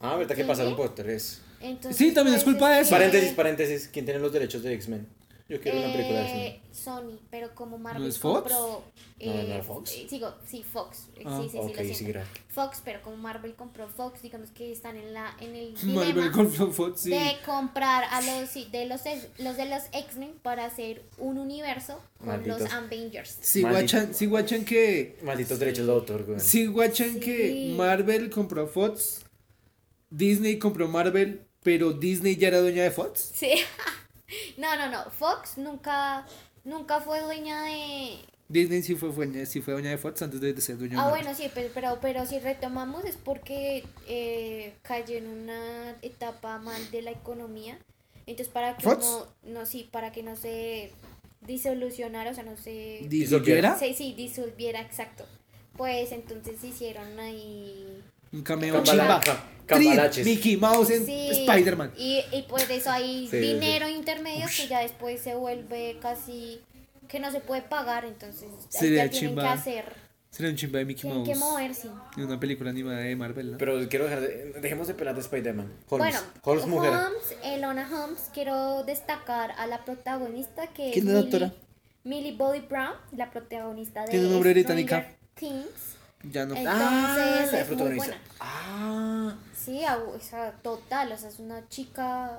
Speaker 4: Ah, ¿verdad que
Speaker 3: ¿Sí?
Speaker 4: pasaron por tres?
Speaker 3: Entonces,
Speaker 1: Sí, también es
Speaker 3: pues,
Speaker 1: culpa de
Speaker 3: es
Speaker 1: eso.
Speaker 3: que-
Speaker 4: Paréntesis, paréntesis. ¿Quién tiene los derechos de X-Men? Yo quiero una película de X-Men.
Speaker 3: Eh, Sony, pero como Marvel
Speaker 1: ¿No es Fox?
Speaker 3: compró, eh,
Speaker 4: no era Fox.
Speaker 3: eh, sigo, sí, Fox. eh,
Speaker 1: Ah,
Speaker 3: sí, sí, sí,
Speaker 4: Ok,
Speaker 3: lo siento.
Speaker 4: sí, gracias.
Speaker 3: Fox, pero como Marvel compró Fox, digamos que están en la en el dilema
Speaker 1: *laughs* Marvel con Fox, sí.
Speaker 3: de comprar a los sí, de los ex- los de los X-Men para hacer un universo con los
Speaker 4: Malditos.
Speaker 3: Avengers.
Speaker 1: Si
Speaker 4: Maldito.
Speaker 1: guachan, si guachan que.
Speaker 4: Malditos derechos de autor, güey.
Speaker 1: Si guachan que
Speaker 3: Sí.
Speaker 1: Marvel compró Fox. Disney compró Marvel. Pero Disney ya era dueña de Fox.
Speaker 3: Sí. *laughs* no, no, no. Fox nunca nunca fue dueña de
Speaker 1: Disney sí fue, dueña- sí fue dueña de Fox antes de ser dueña de
Speaker 3: Ah,
Speaker 1: Marvel.
Speaker 3: bueno, sí, pero, pero, pero si retomamos es porque eh, cayó en una etapa mal de la economía. Entonces, para que
Speaker 1: ¿Fox?
Speaker 3: no, no, sí, para que no se disolucionara, o sea, no se...
Speaker 1: ¿Disolviera?
Speaker 3: Sí, sí, disolviera, exacto. Pues entonces hicieron ahí...
Speaker 1: Un cameo
Speaker 4: Cambala-
Speaker 1: chimba.
Speaker 4: ca-
Speaker 1: Creed,
Speaker 4: Cambalaches.
Speaker 1: Mickey Mouse en
Speaker 3: Sí,
Speaker 1: Spider-Man.
Speaker 3: Y, y pues de eso hay
Speaker 4: Sí, sí, sí.
Speaker 3: dinero intermedio que ya después se vuelve casi... que no se puede pagar, entonces ahí
Speaker 1: Sería
Speaker 3: ya tienen que
Speaker 1: chimba.
Speaker 3: hacer,
Speaker 1: Sería un chimba de Mickey
Speaker 3: tienen
Speaker 1: Mouse.
Speaker 3: que moverse.
Speaker 1: En una película animada de Marvel, ¿no?
Speaker 4: Pero quiero dejar de, dejemos de pelar de Spider-Man. Holmes.
Speaker 3: Bueno,
Speaker 4: Holmes mujer.
Speaker 3: Holmes, Elona Holmes, quiero destacar a la protagonista que
Speaker 1: ¿Quién es la autora?
Speaker 3: Millie Bobby Brown, la protagonista de
Speaker 1: Tiene nombre
Speaker 3: Stranger
Speaker 1: británica.
Speaker 3: Things.
Speaker 1: ya no.
Speaker 3: Entonces
Speaker 4: Ah, la
Speaker 3: es muy
Speaker 4: protagonista.
Speaker 3: buena.
Speaker 4: Ah.
Speaker 3: Sí, a- o sea, total, o sea, es una chica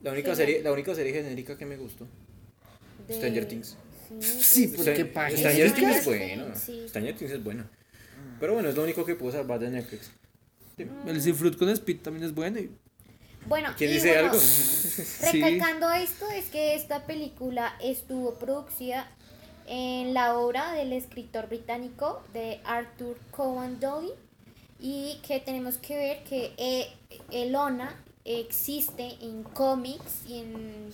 Speaker 4: La única,
Speaker 3: Sí.
Speaker 4: serie, la única serie genérica que me gustó.
Speaker 3: de
Speaker 4: Stranger Things.
Speaker 3: Sí,
Speaker 1: Sí,
Speaker 3: sí,
Speaker 1: porque
Speaker 4: Stra-
Speaker 1: pagué.
Speaker 4: Stranger
Speaker 3: Es
Speaker 4: Things es
Speaker 3: Stranger
Speaker 4: bueno.
Speaker 3: Things, sí.
Speaker 4: Stranger Things es bueno. Pero bueno, es lo único que puedo salvar de Netflix.
Speaker 1: El Seafruit con Speed también es bueno. y-
Speaker 3: Bueno,
Speaker 4: ¿Quién
Speaker 3: y
Speaker 4: dice
Speaker 1: *laughs*
Speaker 3: bueno,
Speaker 4: algo?
Speaker 3: Recalcando esto, es que esta película estuvo producida en la obra del escritor británico de Arthur Conan Doyle y que tenemos que ver que eh, Elona existe en cómics y en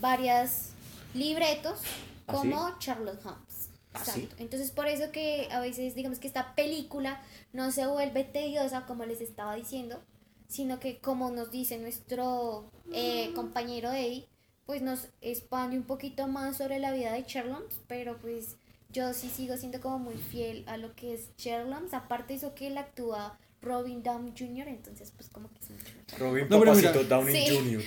Speaker 3: varias libretos
Speaker 4: ¿Ah, sí?
Speaker 3: como Charlotte Holmes.
Speaker 4: ¿Ah, sí?
Speaker 3: Exacto. Entonces por eso que a veces digamos que esta película no se vuelve tediosa como les estaba diciendo, sino que como nos dice nuestro eh,
Speaker 4: Mm.
Speaker 3: compañero Eddie, pues nos expande un poquito más sobre la vida de Sherlock, pero pues yo sí sigo siendo como muy fiel a lo que es Sherlock, aparte de eso que él actúa Robin Downey Jr., entonces pues como que es
Speaker 4: *laughs*
Speaker 3: mucho mejor.
Speaker 4: Robin
Speaker 1: No, pero
Speaker 4: Papacito
Speaker 1: mira.
Speaker 4: Downey
Speaker 3: Sí.
Speaker 1: *laughs*
Speaker 4: Jr.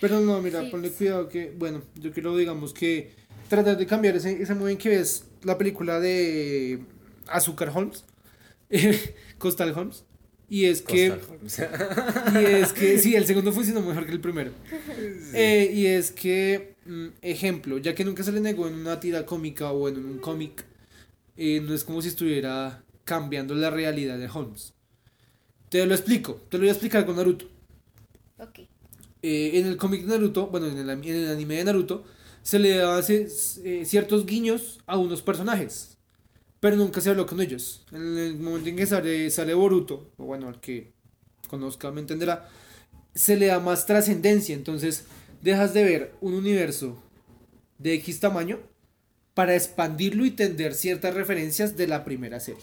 Speaker 1: Pero no, mira,
Speaker 3: Sí.
Speaker 1: ponle cuidado que, bueno, yo quiero, digamos, que tratar de cambiar ese, ese modo en que ves la película de Azúcar Holmes, *laughs* Costal Holmes, y es que,
Speaker 4: Costa Holmes.
Speaker 1: *laughs* y es que, sí, el segundo funcionó mejor que el primero. Eh, y es que, mm, ejemplo, ya que nunca se le negó en una tira cómica o en un cómic, eh, no es como si estuviera cambiando la realidad de Holmes. Te lo explico, te lo voy a explicar con Naruto.
Speaker 3: ok.
Speaker 1: Eh, en el cómic de Naruto, bueno, en el, en el anime de Naruto, se le hace eh, ciertos guiños a unos personajes, pero nunca se habló con ellos. En el momento en que sale, sale Boruto, o bueno, al que conozca me entenderá, se le da más trascendencia, entonces dejas de ver un universo de X tamaño para expandirlo y tender ciertas referencias de la primera serie.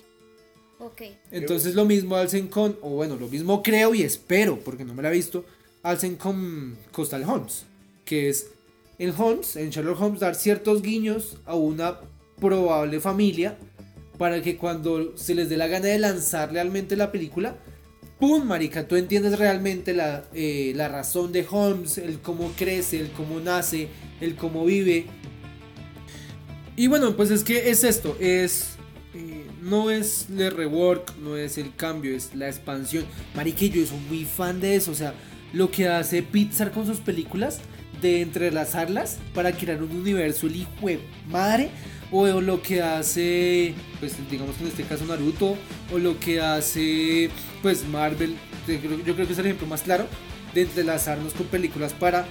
Speaker 3: Ok,
Speaker 1: Entonces lo mismo hacen con, o bueno, lo mismo creo y espero, porque no me la he visto, hacen con Costal Holmes, que es en Holmes, en Sherlock Holmes, dar ciertos guiños a una probable familia para que cuando se les dé la gana de lanzar realmente la película, ¡pum! Marica, tú entiendes realmente la, eh, la razón de Holmes, el cómo crece, el cómo nace, el cómo vive. Y bueno, pues es que es esto, es... eh, no es el rework, no es el cambio, es la expansión. Marica, yo soy muy fan de eso, o sea, lo que hace Pixar con sus películas, de entrelazarlas para crear un universo, el hijo de madre, o lo que hace, pues digamos que en este caso Naruto, o lo que hace, pues Marvel, yo creo, yo creo que es el ejemplo más claro, de entrelazarnos con películas para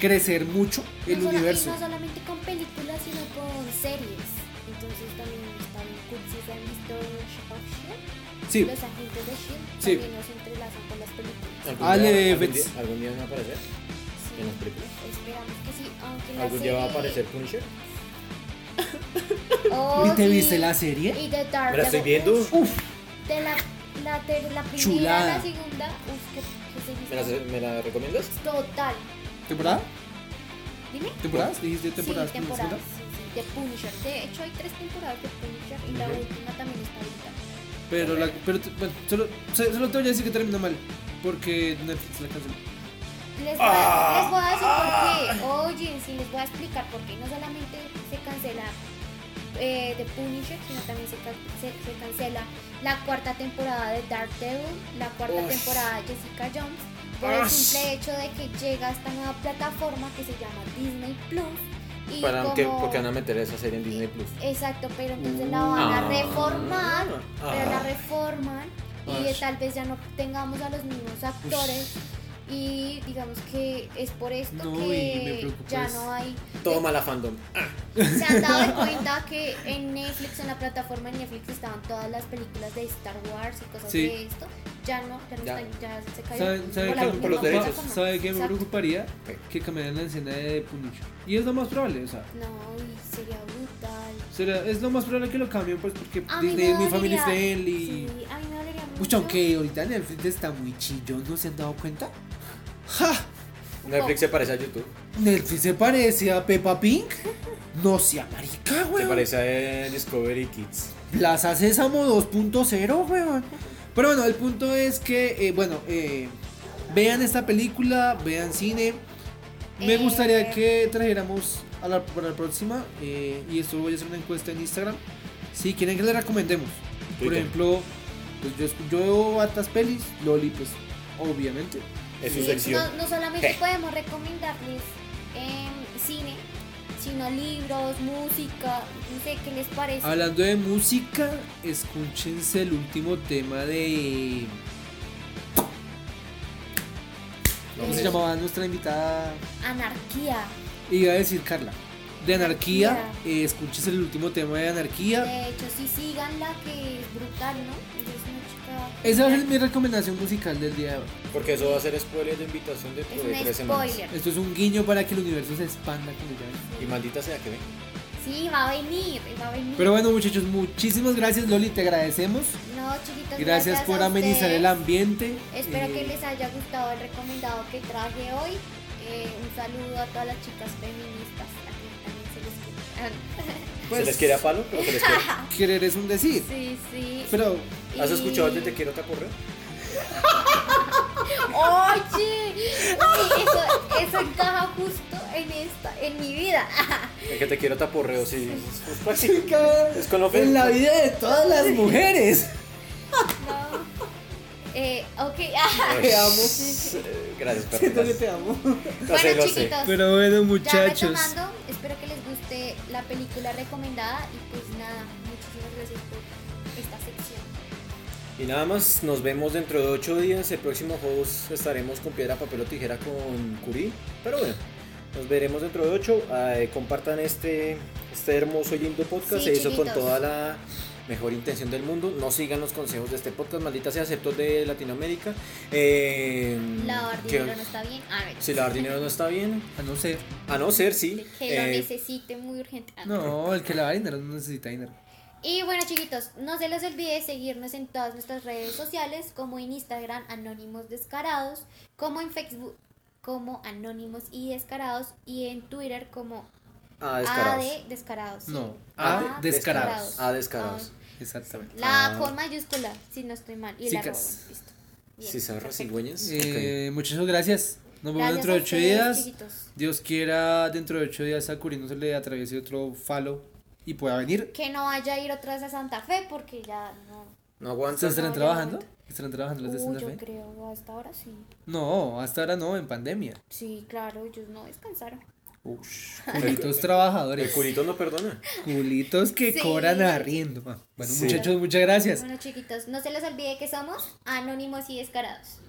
Speaker 1: crecer mucho el
Speaker 3: No sola-
Speaker 1: universo.
Speaker 3: Y no solamente con películas, sino con series. Entonces también está bien cool si se han visto Shape of Shield,
Speaker 1: Sí,
Speaker 3: los agentes de Shield
Speaker 1: Sí.
Speaker 3: también nos entrelazan con las
Speaker 2: Ah,
Speaker 3: películas.
Speaker 4: *laughs* ¿Algún,
Speaker 1: Ale,
Speaker 4: día, algún,
Speaker 1: Fitz.
Speaker 4: día, algún día van a aparecer.
Speaker 3: Sí,
Speaker 4: ¿En las películas?
Speaker 3: Esperamos que sí, aunque la
Speaker 4: Algún día va a
Speaker 3: serie-
Speaker 4: aparecer Punisher.
Speaker 3: Oh,
Speaker 1: ¿Y te
Speaker 3: sí.
Speaker 1: *laughs* viste la serie?
Speaker 3: Y de Dark.
Speaker 2: ¿Me la estoy viendo?
Speaker 1: Uf,
Speaker 3: De la, la, ter- la primera
Speaker 1: Chulada.
Speaker 3: a la segunda. Uf, qué, qué se dice.
Speaker 2: ¿Me la, ¿Me la recomiendas?
Speaker 3: Total.
Speaker 1: ¿temporada?
Speaker 3: Dime.
Speaker 1: ¿Temporadas? ¿Dijiste temporadas?
Speaker 3: sí, temporadas. sí, sí, de Punisher. De hecho, hay tres temporadas de Punisher y la última también está ahorita.
Speaker 1: Pero, la, pero t- bueno, solo, se- solo te voy a decir que termina mal. Porque Netflix la canceló.
Speaker 3: Les voy,
Speaker 2: Ah.
Speaker 3: a, les voy a decir por qué. Oye, sí, les voy a explicar por qué. No solamente se cancela eh, de Punisher, sino también se, can- se, se cancela la cuarta temporada de Daredevil, la cuarta
Speaker 2: Ush.
Speaker 3: temporada de Jessica Jones, por el
Speaker 2: Ush.
Speaker 3: simple hecho de que llega esta nueva plataforma que se llama Disney Plus. Y
Speaker 2: Para
Speaker 3: como-
Speaker 2: que, porque van a meter esa serie en Disney Plus.
Speaker 3: Exacto, pero entonces la van a
Speaker 2: Ah.
Speaker 3: reformar, pero la
Speaker 2: Ah.
Speaker 3: reforman y
Speaker 1: Ay.
Speaker 3: tal vez ya no tengamos a los mismos actores y digamos que es por esto
Speaker 1: No, y me
Speaker 3: que
Speaker 1: preocupa
Speaker 3: ya
Speaker 1: es- *laughs*
Speaker 3: no hay.
Speaker 2: Toma la fandom.
Speaker 3: Se han dado cuenta que en Netflix, en la plataforma de Netflix estaban todas las películas de Star Wars y cosas
Speaker 1: Sí.
Speaker 3: de esto. Ya no, ya, no
Speaker 2: Ya.
Speaker 3: están- ya se cayó.
Speaker 1: ¿Sabe, sabe qué
Speaker 3: por la
Speaker 1: me
Speaker 2: por los
Speaker 3: misma
Speaker 1: preocupa?
Speaker 2: derechos.
Speaker 3: plataforma.
Speaker 1: ¿Sabe qué me
Speaker 3: Exacto.
Speaker 1: preocuparía?
Speaker 2: ¿Qué?
Speaker 1: Que cambiaran la escena de Punisher. Y es lo más probable, o sea.
Speaker 3: No, y sería brutal.
Speaker 1: será- es lo más probable que lo cambien, pues, porque
Speaker 3: A mí
Speaker 1: Disney
Speaker 3: me
Speaker 1: es muy family
Speaker 3: dolería-
Speaker 1: friendly.
Speaker 3: Sí, a mí me dolería
Speaker 1: Pucha,
Speaker 3: mucho.
Speaker 1: aunque ahorita Netflix está muy chillón, ¿no se han dado cuenta? ¡Ja!
Speaker 3: oh.
Speaker 2: Netflix se parece a YouTube.
Speaker 1: Netflix se parece a Peppa
Speaker 3: *laughs*
Speaker 1: Pink. No sea marica,
Speaker 2: Se
Speaker 1: weón.
Speaker 2: parece a eh, Discovery Kids.
Speaker 1: Plaza Sésamo 2.0, weón. Pero bueno, el punto es que, eh, bueno, eh, vean esta película, vean cine. Me
Speaker 3: Eh.
Speaker 1: gustaría que trajéramos a la, para la próxima, eh, y esto voy a hacer una encuesta en Instagram, si quieren que le recomendemos. Por
Speaker 2: Twitter.
Speaker 1: ejemplo, pues yo, escu- yo veo hartas pelis, Loli, pues obviamente.
Speaker 2: Es su
Speaker 3: Sí,
Speaker 2: sección.
Speaker 3: No, no solamente
Speaker 2: Je.
Speaker 3: podemos recomendarles em, cine, sino libros, música, no sé qué les parece.
Speaker 1: Hablando de música, escúchense el último tema de... ¿Cómo se
Speaker 3: Eh,
Speaker 1: llamaba nuestra invitada?
Speaker 3: Anarquía.
Speaker 1: Iba a decir Carla. De Anarquía,
Speaker 3: Anarquía.
Speaker 1: eh, escuches el último tema de Anarquía.
Speaker 3: De hecho, sí síganla, que es brutal, ¿no? Ella Es una chica.
Speaker 1: Esa es mi recomendación musical del día de hoy.
Speaker 2: Porque eso va a ser spoiler de invitación dentro de
Speaker 3: Es un
Speaker 2: tres semanas.
Speaker 3: spoiler.
Speaker 1: Esto es un guiño para que el universo se expanda con ella.
Speaker 2: Y maldita sea que ven.
Speaker 3: Sí, va a venir, va a venir.
Speaker 1: Pero bueno, muchachos, muchísimas gracias, Loli, te agradecemos.
Speaker 3: no, chiquitos,
Speaker 1: Gracias,
Speaker 3: a
Speaker 1: por amenizar
Speaker 3: ustedes.
Speaker 1: el ambiente.
Speaker 3: Espero que
Speaker 1: Eh,
Speaker 3: les haya gustado el recomendado que traje hoy. Eh, un saludo a todas las chicas feministas. a que también se les quiere.
Speaker 1: pues,
Speaker 2: se les quiere a palo, pero se les
Speaker 3: *laughs*
Speaker 2: quiere.
Speaker 1: Querer es un decir.
Speaker 3: Sí, sí.
Speaker 1: Pero
Speaker 2: ¿Has
Speaker 3: Y-
Speaker 2: escuchado el de Te quiero te correo?
Speaker 3: Oye, oye, eso, eso encaja justo en esta, en mi
Speaker 2: *laughs*
Speaker 3: vida.
Speaker 2: El que te quiero taporreo,
Speaker 3: *laughs*
Speaker 2: sí.
Speaker 3: Pues,
Speaker 1: *laughs*
Speaker 2: Es *laughs* fácil. Es con
Speaker 1: en la
Speaker 2: ofensa.
Speaker 1: vida de todas las mujeres.
Speaker 3: No. Eh, ok.
Speaker 1: Te amo.
Speaker 2: Eh, Gracias,
Speaker 1: Siento
Speaker 2: perro.
Speaker 1: que
Speaker 2: gracias.
Speaker 1: te amo.
Speaker 2: Lo sé,
Speaker 3: Bueno,
Speaker 2: lo sé.
Speaker 3: chiquitos,
Speaker 1: Pero bueno,
Speaker 3: ya
Speaker 1: muchachos.
Speaker 3: retomando, espero que les guste la película recomendada y pues nada, muchísimas gracias por esta sección.
Speaker 2: Y nada más, nos vemos dentro de 8 días. El próximo host estaremos con piedra, papel o tijera con Curí. Pero bueno, nos veremos dentro de 8. compartan este, este hermoso y lindo podcast.
Speaker 3: Sí,
Speaker 2: Se hizo con
Speaker 3: chiquitos.
Speaker 2: toda la mejor intención del mundo. No sigan los consejos de este podcast. Maldita sea, excepto de Latinoamérica. Eh,
Speaker 3: Lavar
Speaker 2: que-
Speaker 3: dinero no está bien. A ver,
Speaker 2: Si lavar dinero no está bien.
Speaker 1: A Ah, no ser.
Speaker 2: A no ser, sí.
Speaker 3: que lo
Speaker 2: eh,
Speaker 3: necesite muy urgente. Ah,
Speaker 1: No, el que la va a dinero no necesita dinero.
Speaker 3: Y bueno, chiquitos, no se les olvide seguirnos en todas nuestras redes sociales, como en Instagram, Anónimos Descarados, como en Facebook, como Anónimos y Descarados, y en Twitter, como
Speaker 2: ah, descarados.
Speaker 3: AD Descarados. sí.
Speaker 1: No,
Speaker 2: A
Speaker 1: A descarados.
Speaker 2: A descarados.
Speaker 3: Ah,
Speaker 1: Exactamente.
Speaker 3: la
Speaker 2: Ah.
Speaker 3: con mayúscula, si no estoy mal. Y el arroba,
Speaker 1: Chicas.
Speaker 3: bueno, listo. Ah, Bien,
Speaker 2: Si zarras
Speaker 3: perfecto.
Speaker 2: cigüeñas. ok.
Speaker 1: Eh, Muchísimas gracias. Nos vemos
Speaker 3: Gracias
Speaker 1: dentro
Speaker 3: a
Speaker 1: de ocho
Speaker 3: ustedes,
Speaker 1: días.
Speaker 3: chiquitos.
Speaker 1: Dios quiera, dentro de ocho días a Curi no se le atraviese otro falo y pueda venir.
Speaker 3: Que no vaya a ir otra vez a Santa Fe, porque ya no.
Speaker 2: No aguantas.
Speaker 1: ¿Estarán
Speaker 3: no, ya
Speaker 1: trabajando?
Speaker 3: no.
Speaker 1: ¿Estarán trabajando las de
Speaker 3: Uy,
Speaker 1: Santa
Speaker 3: yo
Speaker 1: Fe?
Speaker 3: creo, hasta ahora sí.
Speaker 1: No, hasta ahora no, en pandemia.
Speaker 3: Sí, claro, ellos no descansaron.
Speaker 1: Ush, culitos trabajadores.
Speaker 2: El culito no perdona.
Speaker 1: Culitos que
Speaker 3: Sí.
Speaker 1: cobran arriendo. ma. Bueno,
Speaker 2: Sí.
Speaker 1: muchachos, muchas gracias.
Speaker 3: Bueno, chiquitos, no se les olvide que somos anónimos y descarados.